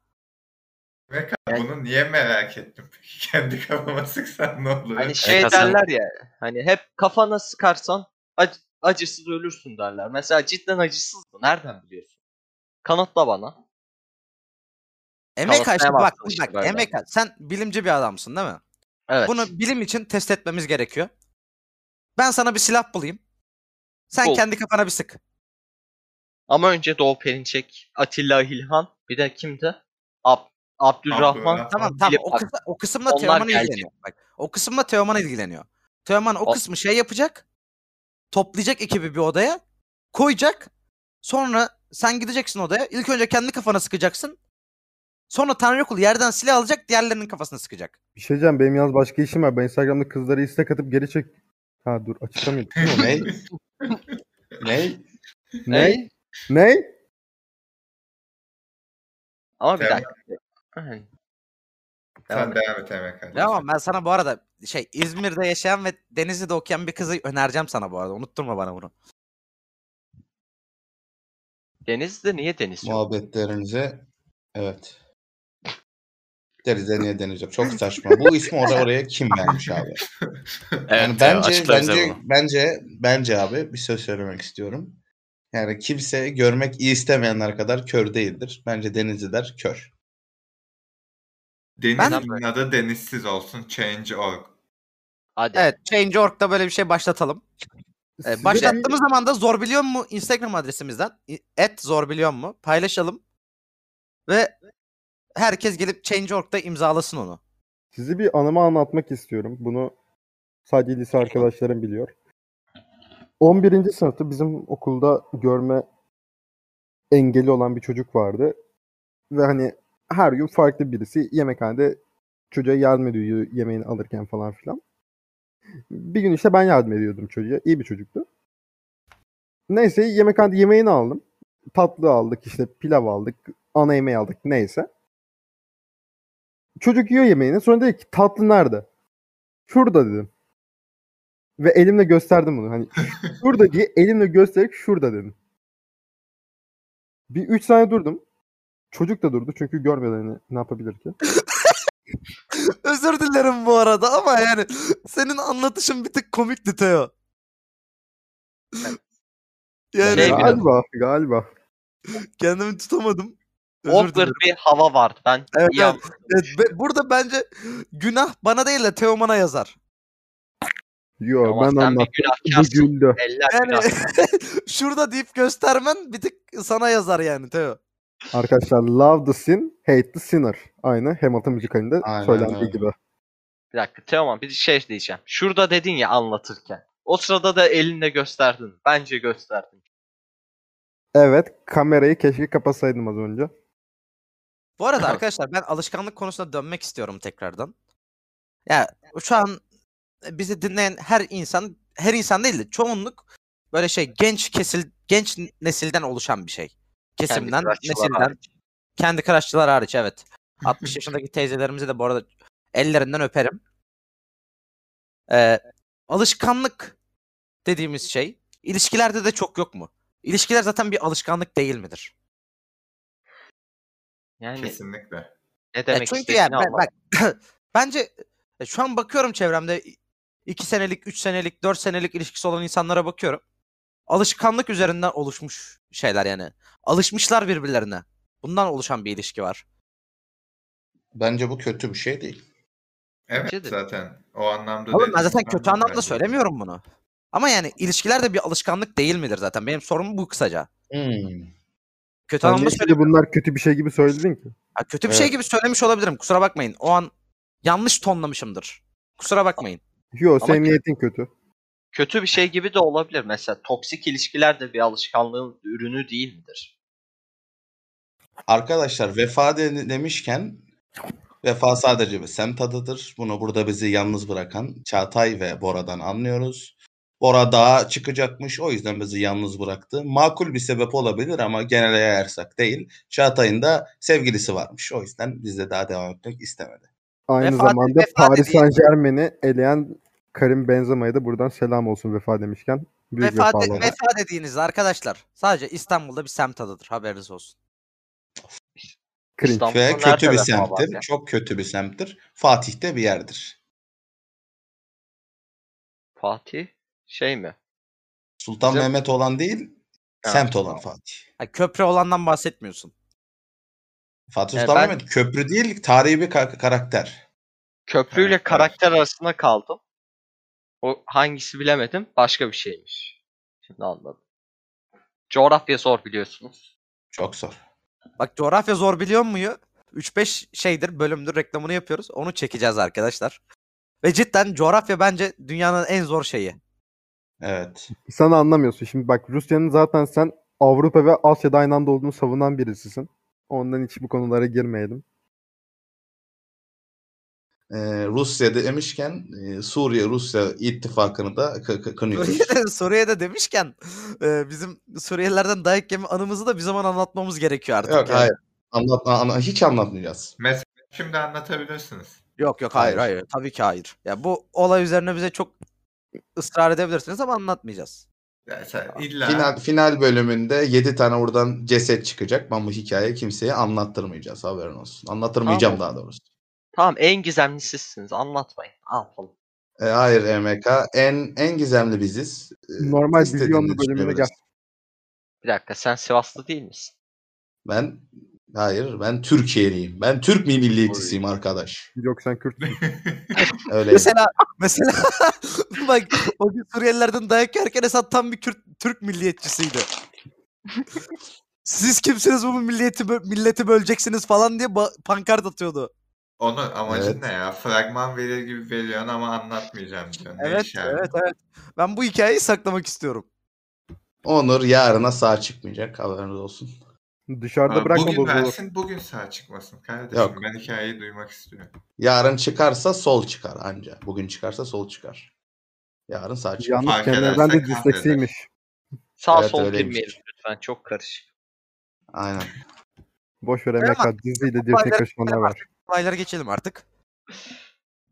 [SPEAKER 3] Ve ka- bunu niye merak ettim? Peki kendi kafama sıksam ne olur?
[SPEAKER 5] Hani şey
[SPEAKER 2] Hasan-
[SPEAKER 5] derler ya. Hani hep kafana sıkarsan ac- acısız ölürsün derler. Mesela cidden acısız mı? Nereden biliyorsun? Kanıtla bana.
[SPEAKER 4] Emek
[SPEAKER 5] Kafasına
[SPEAKER 4] işte bak,
[SPEAKER 5] baksın işte
[SPEAKER 4] bak
[SPEAKER 5] böyle.
[SPEAKER 4] emek sen bilimci bir adamsın değil mi?
[SPEAKER 5] Evet.
[SPEAKER 4] Bunu bilim için test etmemiz gerekiyor. Ben sana bir silah bulayım. Sen
[SPEAKER 5] Bul.
[SPEAKER 4] kendi kafana bir sık.
[SPEAKER 5] Ama önce Doğu Perinçek, Atilla İlhan, bir de kimdi? Ab Abdülrahman.
[SPEAKER 3] Abdülrahman.
[SPEAKER 4] Tamam
[SPEAKER 5] Bilip
[SPEAKER 4] tamam. O,
[SPEAKER 5] bak.
[SPEAKER 4] kısım, o kısımla
[SPEAKER 5] Onlar
[SPEAKER 4] Teoman
[SPEAKER 5] gelecek.
[SPEAKER 4] ilgileniyor. Bak, o kısımla Teoman ilgileniyor. Teoman o
[SPEAKER 5] O-
[SPEAKER 4] kısmı şey yapacak. Toplayacak ekibi bir odaya. Koyacak. Sonra sen gideceksin odaya. İlk önce kendi kafana sıkacaksın. Sonra Tanrı Kulu yerden silah alacak. Diğerlerinin kafasına sıkacak.
[SPEAKER 6] Bir şey diyeceğim benim yalnız başka işim var. Ben Instagram'da kızlara istek atıp geri çek. Ha dur açıklamıyorum.
[SPEAKER 1] ne?
[SPEAKER 5] (laughs)
[SPEAKER 1] ne?
[SPEAKER 5] Ney?
[SPEAKER 6] ne?
[SPEAKER 5] Ama bir
[SPEAKER 3] Sen-
[SPEAKER 5] dakika. Hı. Devam
[SPEAKER 3] Sen
[SPEAKER 5] et.
[SPEAKER 3] devam et Emek abi.
[SPEAKER 4] Tamam ben sana bu arada şey İzmir'de yaşayan ve Denizli'de okuyan bir kızı önereceğim sana bu arada. Unutturma bana bunu.
[SPEAKER 5] Deniz de niye deniz yok?
[SPEAKER 1] Muhabbetlerinize evet. Denize niye deniz yok? Çok saçma. Bu ismi oraya, oraya kim vermiş abi?
[SPEAKER 2] Evet,
[SPEAKER 1] Yani bence
[SPEAKER 2] açıkla bize
[SPEAKER 1] bence
[SPEAKER 2] bunu.
[SPEAKER 1] bence bence abi bir söz söylemek istiyorum. Yani kimse görmek istemeyenler kadar kör değildir. Bence denizciler kör.
[SPEAKER 3] Denizin
[SPEAKER 5] Ben-
[SPEAKER 3] adı denizsiz olsun. Change.org.
[SPEAKER 5] Hadi.
[SPEAKER 4] Evet Change.org'da Ee, böyle bir şey başlatalım. Ee,
[SPEAKER 6] Size
[SPEAKER 4] başlattığımız zaman da zor biliyor mu Instagram adresimizden et zor biliyor mu paylaşalım ve herkes gelip Change.org'da imzalasın onu.
[SPEAKER 6] Sizi bir anımı anlatmak istiyorum. Bunu sadece lise arkadaşlarım biliyor. 11. sınıfta bizim okulda görme engeli olan bir çocuk vardı. Ve hani her gün farklı birisi yemekhanede çocuğa yardım ediyor yemeğini alırken falan filan. Bir gün işte ben yardım ediyordum çocuğa. İyi bir çocuktu. Neyse yemekhanede yemeğini aldım. Tatlı aldık işte pilav aldık. Ana yemeği aldık neyse. Çocuk yiyor yemeğini. Sonra dedi ki tatlı nerede? Şurada dedim. Ve elimle gösterdim bunu. Hani şurada diye elimle göstererek şurada dedim. Bir 3 saniye durdum. Çocuk da durdu çünkü görmedi hani ne yapabilir ki.
[SPEAKER 4] (laughs) Özür dilerim bu arada ama yani senin anlatışın bir tık komikti Teo. Yani
[SPEAKER 5] Şey biraz-
[SPEAKER 6] galiba galiba.
[SPEAKER 4] kendimi tutamadım. Özür
[SPEAKER 5] Awkward
[SPEAKER 4] dilerim.
[SPEAKER 5] bir hava vardı. Ben
[SPEAKER 4] Evet,
[SPEAKER 5] iyi anladım.
[SPEAKER 4] Evet, be- burada bence günah bana değil de Teoman'a yazar.
[SPEAKER 6] Yo
[SPEAKER 5] Ama
[SPEAKER 6] ben
[SPEAKER 5] sen bir şey
[SPEAKER 6] anlattım. Bu
[SPEAKER 5] günahkarsın.
[SPEAKER 6] güldü.
[SPEAKER 5] Eller
[SPEAKER 4] Yani
[SPEAKER 5] günah.
[SPEAKER 4] (laughs) şurada deyip göstermen bir tık sana yazar yani Teo.
[SPEAKER 6] Arkadaşlar love the sin, hate the sinner. Aynı Hamilton müzikalinde
[SPEAKER 1] Aynen
[SPEAKER 6] söylendiği
[SPEAKER 1] öyle.
[SPEAKER 6] gibi.
[SPEAKER 5] Bir dakika Teoman bir şey diyeceğim. Şurada dedin ya anlatırken. O sırada da elinle gösterdin. Bence gösterdin.
[SPEAKER 6] Evet kamerayı keşke kapasaydım az önce.
[SPEAKER 4] Bu arada arkadaşlar ben alışkanlık konusuna dönmek istiyorum tekrardan. Ya şu an e, bizi dinleyen her insan, her insan değil de çoğunluk böyle şey genç kesil genç nesilden oluşan bir şey.
[SPEAKER 5] Kendi
[SPEAKER 4] Kesimden,
[SPEAKER 5] kıraççılar
[SPEAKER 4] nesilden.
[SPEAKER 5] hariç.
[SPEAKER 4] Kendi crushçılar hariç evet.
[SPEAKER 5] (laughs)
[SPEAKER 4] 60 yaşındaki teyzelerimize de bu arada ellerinden öperim. Ee, alışkanlık dediğimiz şey ilişkilerde de çok yok mu? İlişkiler zaten bir alışkanlık değil midir?
[SPEAKER 5] Yani
[SPEAKER 3] Kesinlikle.
[SPEAKER 5] ne
[SPEAKER 4] Ya
[SPEAKER 5] demek
[SPEAKER 4] E, çünkü
[SPEAKER 5] istediğini
[SPEAKER 4] yani ben-
[SPEAKER 5] anlamadım.
[SPEAKER 4] bak (clears throat) bence e, şu an bakıyorum çevremde 2 senelik, 3 senelik, 4 senelik ilişkisi olan insanlara bakıyorum. Alışkanlık üzerinden oluşmuş şeyler yani. Alışmışlar birbirlerine. Bundan oluşan bir ilişki var.
[SPEAKER 1] Bence bu kötü bir şey değil.
[SPEAKER 3] Evet
[SPEAKER 5] de.
[SPEAKER 3] zaten o anlamda
[SPEAKER 4] Oğlum ben
[SPEAKER 3] dediğim
[SPEAKER 4] zaten
[SPEAKER 3] ben
[SPEAKER 4] kötü
[SPEAKER 3] de
[SPEAKER 4] anlamda
[SPEAKER 3] bence.
[SPEAKER 4] söylemiyorum bunu. Ama yani ilişkiler de bir alışkanlık değil midir zaten? Benim sorum bu kısaca.
[SPEAKER 2] Hmm.
[SPEAKER 4] Kötü
[SPEAKER 6] Sen
[SPEAKER 4] anlamda
[SPEAKER 6] niye şimdi bunlar kötü bir şey gibi söyledin ki?
[SPEAKER 4] Ha, kötü bir şey
[SPEAKER 1] Evet.
[SPEAKER 4] gibi söylemiş olabilirim. Kusura bakmayın. O an yanlış tonlamışımdır. Kusura bakmayın.
[SPEAKER 6] Yo
[SPEAKER 5] ki-
[SPEAKER 6] senin niyetin kötü.
[SPEAKER 5] Kötü bir şey gibi de olabilir. Mesela toksik ilişkiler de bir alışkanlığın ürünü değil midir?
[SPEAKER 1] Arkadaşlar vefa de- demişken vefa sadece bir semt adıdır. Bunu burada bizi yalnız bırakan Çağatay ve Bora'dan anlıyoruz. Bora dağa çıkacakmış o yüzden bizi yalnız bıraktı. Makul bir sebep olabilir ama genele yayarsak değil. Çağatay'ın da sevgilisi varmış o yüzden bizde daha devam etmek istemedi.
[SPEAKER 6] Aynı
[SPEAKER 4] Vefa-
[SPEAKER 6] zamanda
[SPEAKER 4] vefa
[SPEAKER 6] Paris
[SPEAKER 4] dediğin-
[SPEAKER 6] Saint Germain'i eleyen Karim Benzema'ya da buradan selam olsun vefa demişken. Büyük
[SPEAKER 4] Vefa,
[SPEAKER 6] vefalı
[SPEAKER 4] de-
[SPEAKER 6] olan.
[SPEAKER 4] vefa dediğinizde arkadaşlar sadece İstanbul'da bir semt adıdır. Haberiniz olsun.
[SPEAKER 6] Cringe.
[SPEAKER 5] İstanbul'da
[SPEAKER 1] Ve
[SPEAKER 5] nerede
[SPEAKER 1] kötü bir
[SPEAKER 5] vefa var
[SPEAKER 1] semttir.
[SPEAKER 5] ya?
[SPEAKER 1] Çok kötü bir semttir. Fatih'te bir yerdir.
[SPEAKER 5] Fatih şey mi?
[SPEAKER 1] Sultan
[SPEAKER 5] Bize-
[SPEAKER 1] Mehmet olan değil,
[SPEAKER 5] Ha,
[SPEAKER 1] semt olan
[SPEAKER 5] tamam.
[SPEAKER 1] Fatih.
[SPEAKER 4] Ha, köprü olandan bahsetmiyorsun.
[SPEAKER 1] Fatih
[SPEAKER 5] E,
[SPEAKER 1] Sultan
[SPEAKER 5] ben-
[SPEAKER 1] Mehmet köprü değil, tarihi bir kar- karakter.
[SPEAKER 5] Köprüyle
[SPEAKER 1] Evet,
[SPEAKER 5] karakter arasında kaldım. O hangisi bilemedim. Başka bir şeymiş. Şimdi anladım. Coğrafya zor biliyorsunuz.
[SPEAKER 1] Çok zor.
[SPEAKER 4] Bak coğrafya zor biliyor muyu? 3-5 şeydir bölümdür reklamını yapıyoruz. Onu çekeceğiz arkadaşlar. Ve cidden coğrafya bence dünyanın en zor şeyi.
[SPEAKER 1] Evet.
[SPEAKER 6] Sen anlamıyorsun. Şimdi bak Rusya'nın zaten sen Avrupa ve Asya'da aynı anda olduğunu savunan birisisin. Ondan hiç bu konulara girmeyelim.
[SPEAKER 1] Ee, Rusya demişken e, Suriye-Rusya ittifakını da kı- kı- kınıyoruz.
[SPEAKER 4] Suriye'de, Suriye'de demişken e, bizim Suriyelilerden dayak yeme anımızı da bir zaman anlatmamız gerekiyor artık.
[SPEAKER 1] Yok
[SPEAKER 4] yani.
[SPEAKER 1] hayır. Anlat, an- hiç anlatmayacağız.
[SPEAKER 3] Mesela şimdi anlatabilirsiniz.
[SPEAKER 4] Yok yok hayır
[SPEAKER 1] Hayır.
[SPEAKER 4] hayır. Tabii ki hayır. Ya bu olay üzerine bize çok ısrar edebilirsiniz ama anlatmayacağız.
[SPEAKER 3] Ya sen illa
[SPEAKER 1] Final, final bölümünde 7 tane buradan ceset çıkacak. Ben bu hikayeyi kimseye anlattırmayacağız. Haberin olsun. Anlattırmayacağım daha doğrusu.
[SPEAKER 5] Tamam en gizemli sizsiniz. Anlatmayın. Anlatalım.
[SPEAKER 1] E, hayır EMK. En en gizemli biziz. E,
[SPEAKER 6] Normal
[SPEAKER 1] istediğini
[SPEAKER 6] vizyonlu bölümüne gel.
[SPEAKER 1] düşünebilirsin.
[SPEAKER 5] Bir dakika sen Sivaslı değil misin?
[SPEAKER 1] Ben hayır ben Türkiye'liyim. Ben Türk mi milliyetisiyim arkadaş.
[SPEAKER 6] Yok sen Kürt.
[SPEAKER 3] (laughs)
[SPEAKER 1] Öyle.
[SPEAKER 4] Mesela mesela (laughs) bak o gün Suriyelilerden dayak yerken Esat tam bir Kürt, Türk milliyetçisiydi. Siz kimsiniz bu milleti bö- milleti böleceksiniz falan diye ba- pankart atıyordu.
[SPEAKER 3] onun amacın
[SPEAKER 1] Evet.
[SPEAKER 3] ne ya? Fragman verir gibi veriyorsun ama anlatmayacağım diyorsun. Ne
[SPEAKER 4] Evet
[SPEAKER 3] iş yani?
[SPEAKER 4] evet evet. Ben bu hikayeyi saklamak istiyorum.
[SPEAKER 1] Onur yarına sağ çıkmayacak haberiniz olsun.
[SPEAKER 6] Dışarıda
[SPEAKER 3] Aa,
[SPEAKER 6] bırakma
[SPEAKER 3] bugün
[SPEAKER 6] bozulur.
[SPEAKER 3] versin bugün sağ çıkmasın kardeşim.
[SPEAKER 1] Yok.
[SPEAKER 3] Ben hikayeyi duymak istiyorum.
[SPEAKER 1] Yarın çıkarsa sol çıkar anca. Bugün çıkarsa sol çıkar. Yarın sağ çıkar.
[SPEAKER 6] Yalnız
[SPEAKER 3] Fark
[SPEAKER 6] Kemal'den de
[SPEAKER 3] ederse
[SPEAKER 6] disleksiymiş.
[SPEAKER 5] Sağ
[SPEAKER 1] Evet,
[SPEAKER 5] sol
[SPEAKER 1] öyleymiş.
[SPEAKER 5] bilmeyelim lütfen çok karışık.
[SPEAKER 6] (laughs)
[SPEAKER 1] Aynen.
[SPEAKER 6] Boş ver
[SPEAKER 4] Teoman,
[SPEAKER 6] MK diziyle şey
[SPEAKER 4] olayları
[SPEAKER 6] Dirtek Kaşman'a ver.
[SPEAKER 4] Olaylara geçelim artık.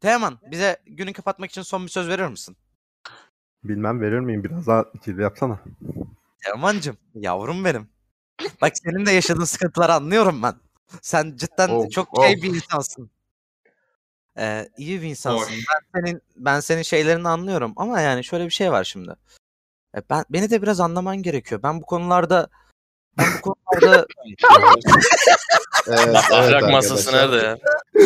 [SPEAKER 4] Teoman bize günü kapatmak için son bir söz verir misin?
[SPEAKER 6] Bilmem verir miyim biraz daha ikili yapsana.
[SPEAKER 4] Teoman'cım yavrum benim. Bak senin de yaşadığın sıkıntıları anlıyorum ben. Sen cidden
[SPEAKER 1] Of,
[SPEAKER 4] çok şey
[SPEAKER 1] of.
[SPEAKER 4] bir insansın. Ee, iyi bir insansın.
[SPEAKER 3] Boş.
[SPEAKER 4] Ben senin ben senin şeylerini anlıyorum ama yani şöyle bir şey var şimdi. E, ben beni de biraz anlaman gerekiyor. Ben bu konularda ben bu konularda
[SPEAKER 1] evet, evet
[SPEAKER 2] Ahlak masası
[SPEAKER 1] arkadaşlar.
[SPEAKER 2] nerede ya?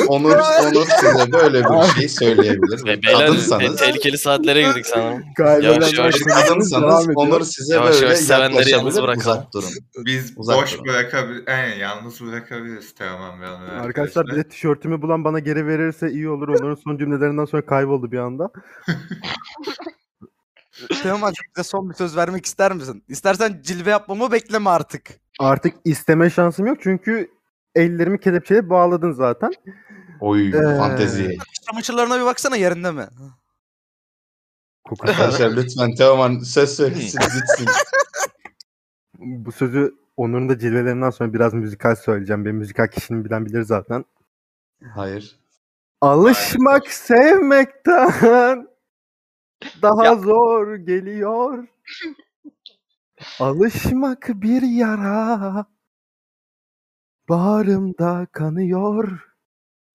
[SPEAKER 1] Onur, Onur size böyle bir şey söyleyebilir.
[SPEAKER 2] Be- beyler, e, te-
[SPEAKER 1] kadınsanız,
[SPEAKER 2] tehlikeli saatlere girdik sanırım.
[SPEAKER 6] Kaybeden
[SPEAKER 2] Yavaş yavaş
[SPEAKER 6] arkadaşlarımız
[SPEAKER 1] kadınsanız
[SPEAKER 6] devam ediyor.
[SPEAKER 1] Onur size
[SPEAKER 2] Yavaş
[SPEAKER 1] böyle
[SPEAKER 2] yavaş sevenleri yalnız
[SPEAKER 1] yaklaşabilir.
[SPEAKER 2] bırakalım.
[SPEAKER 1] Uzak durun.
[SPEAKER 3] Biz
[SPEAKER 1] Uzak
[SPEAKER 3] boş
[SPEAKER 1] durun.
[SPEAKER 3] bırakabilir, yani yalnız bırakabiliriz Teoman ve Onur
[SPEAKER 6] Arkadaşlar bir de tişörtümü bulan bana geri verirse iyi olur. Onların son cümlelerinden sonra kayboldu bir anda.
[SPEAKER 4] Teoman'cığım bize son bir söz vermek ister misin? İstersen cilve yapmamı bekleme artık.
[SPEAKER 6] Artık isteme şansım yok çünkü ellerimi kelepçeye bağladın zaten.
[SPEAKER 1] Oy
[SPEAKER 6] Ee,
[SPEAKER 1] fantezi.
[SPEAKER 4] Çamaşırlarına bir baksana yerinde mi?
[SPEAKER 1] (laughs)
[SPEAKER 6] Kokusu.
[SPEAKER 1] Arkadaşlar lütfen Teoman söz söylesin gitsin.
[SPEAKER 6] Bu sözü Onur'un da cilvelerinden sonra biraz müzikal söyleyeceğim. Benim müzikal kişiliğimi bilen bilir zaten.
[SPEAKER 1] Hayır.
[SPEAKER 4] (laughs)
[SPEAKER 6] Alışmak sevmekten daha
[SPEAKER 5] Ya.
[SPEAKER 6] zor geliyor. Alışmak bir yara. Bağrımda kanıyor.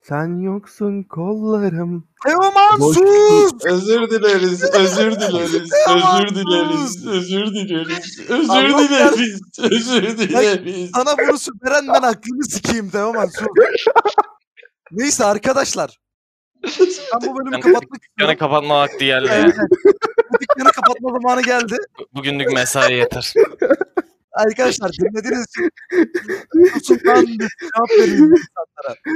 [SPEAKER 6] Sen yoksun kollarım.
[SPEAKER 4] Teoman
[SPEAKER 6] Boş-
[SPEAKER 4] sus!
[SPEAKER 1] Özür dileriz, özür dileriz, özür dileriz, özür dileriz, özür
[SPEAKER 4] Allah
[SPEAKER 1] dileriz, özür dileriz.
[SPEAKER 4] Sana bunu süperen ben aklını sikeyim Teoman sus. Neyse arkadaşlar. Ben bu bölümü
[SPEAKER 2] Ben-
[SPEAKER 4] kapatmak
[SPEAKER 2] Dükkanı
[SPEAKER 4] istiyorum.
[SPEAKER 2] kapatma vakti geldi
[SPEAKER 4] Evet.
[SPEAKER 2] ya.
[SPEAKER 4] Bu Dükkanı kapatma zamanı geldi.
[SPEAKER 2] Bugünlük mesai yeter.
[SPEAKER 4] Arkadaşlar dinlediğiniz için kusurdan bir cevap vereyim insanlara. (laughs)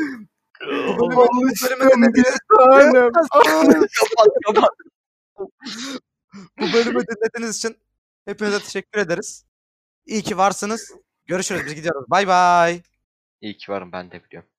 [SPEAKER 4] Bu bölümü- bu bölümü
[SPEAKER 6] Alıştım bir
[SPEAKER 4] dinlediğiniz
[SPEAKER 6] tanem.
[SPEAKER 4] Bu bölümü dinlediğiniz için hepinize teşekkür ederiz. İyi ki varsınız. Görüşürüz. Biz gidiyoruz. Bay bay.
[SPEAKER 5] İyi ki varım ben de biliyorum.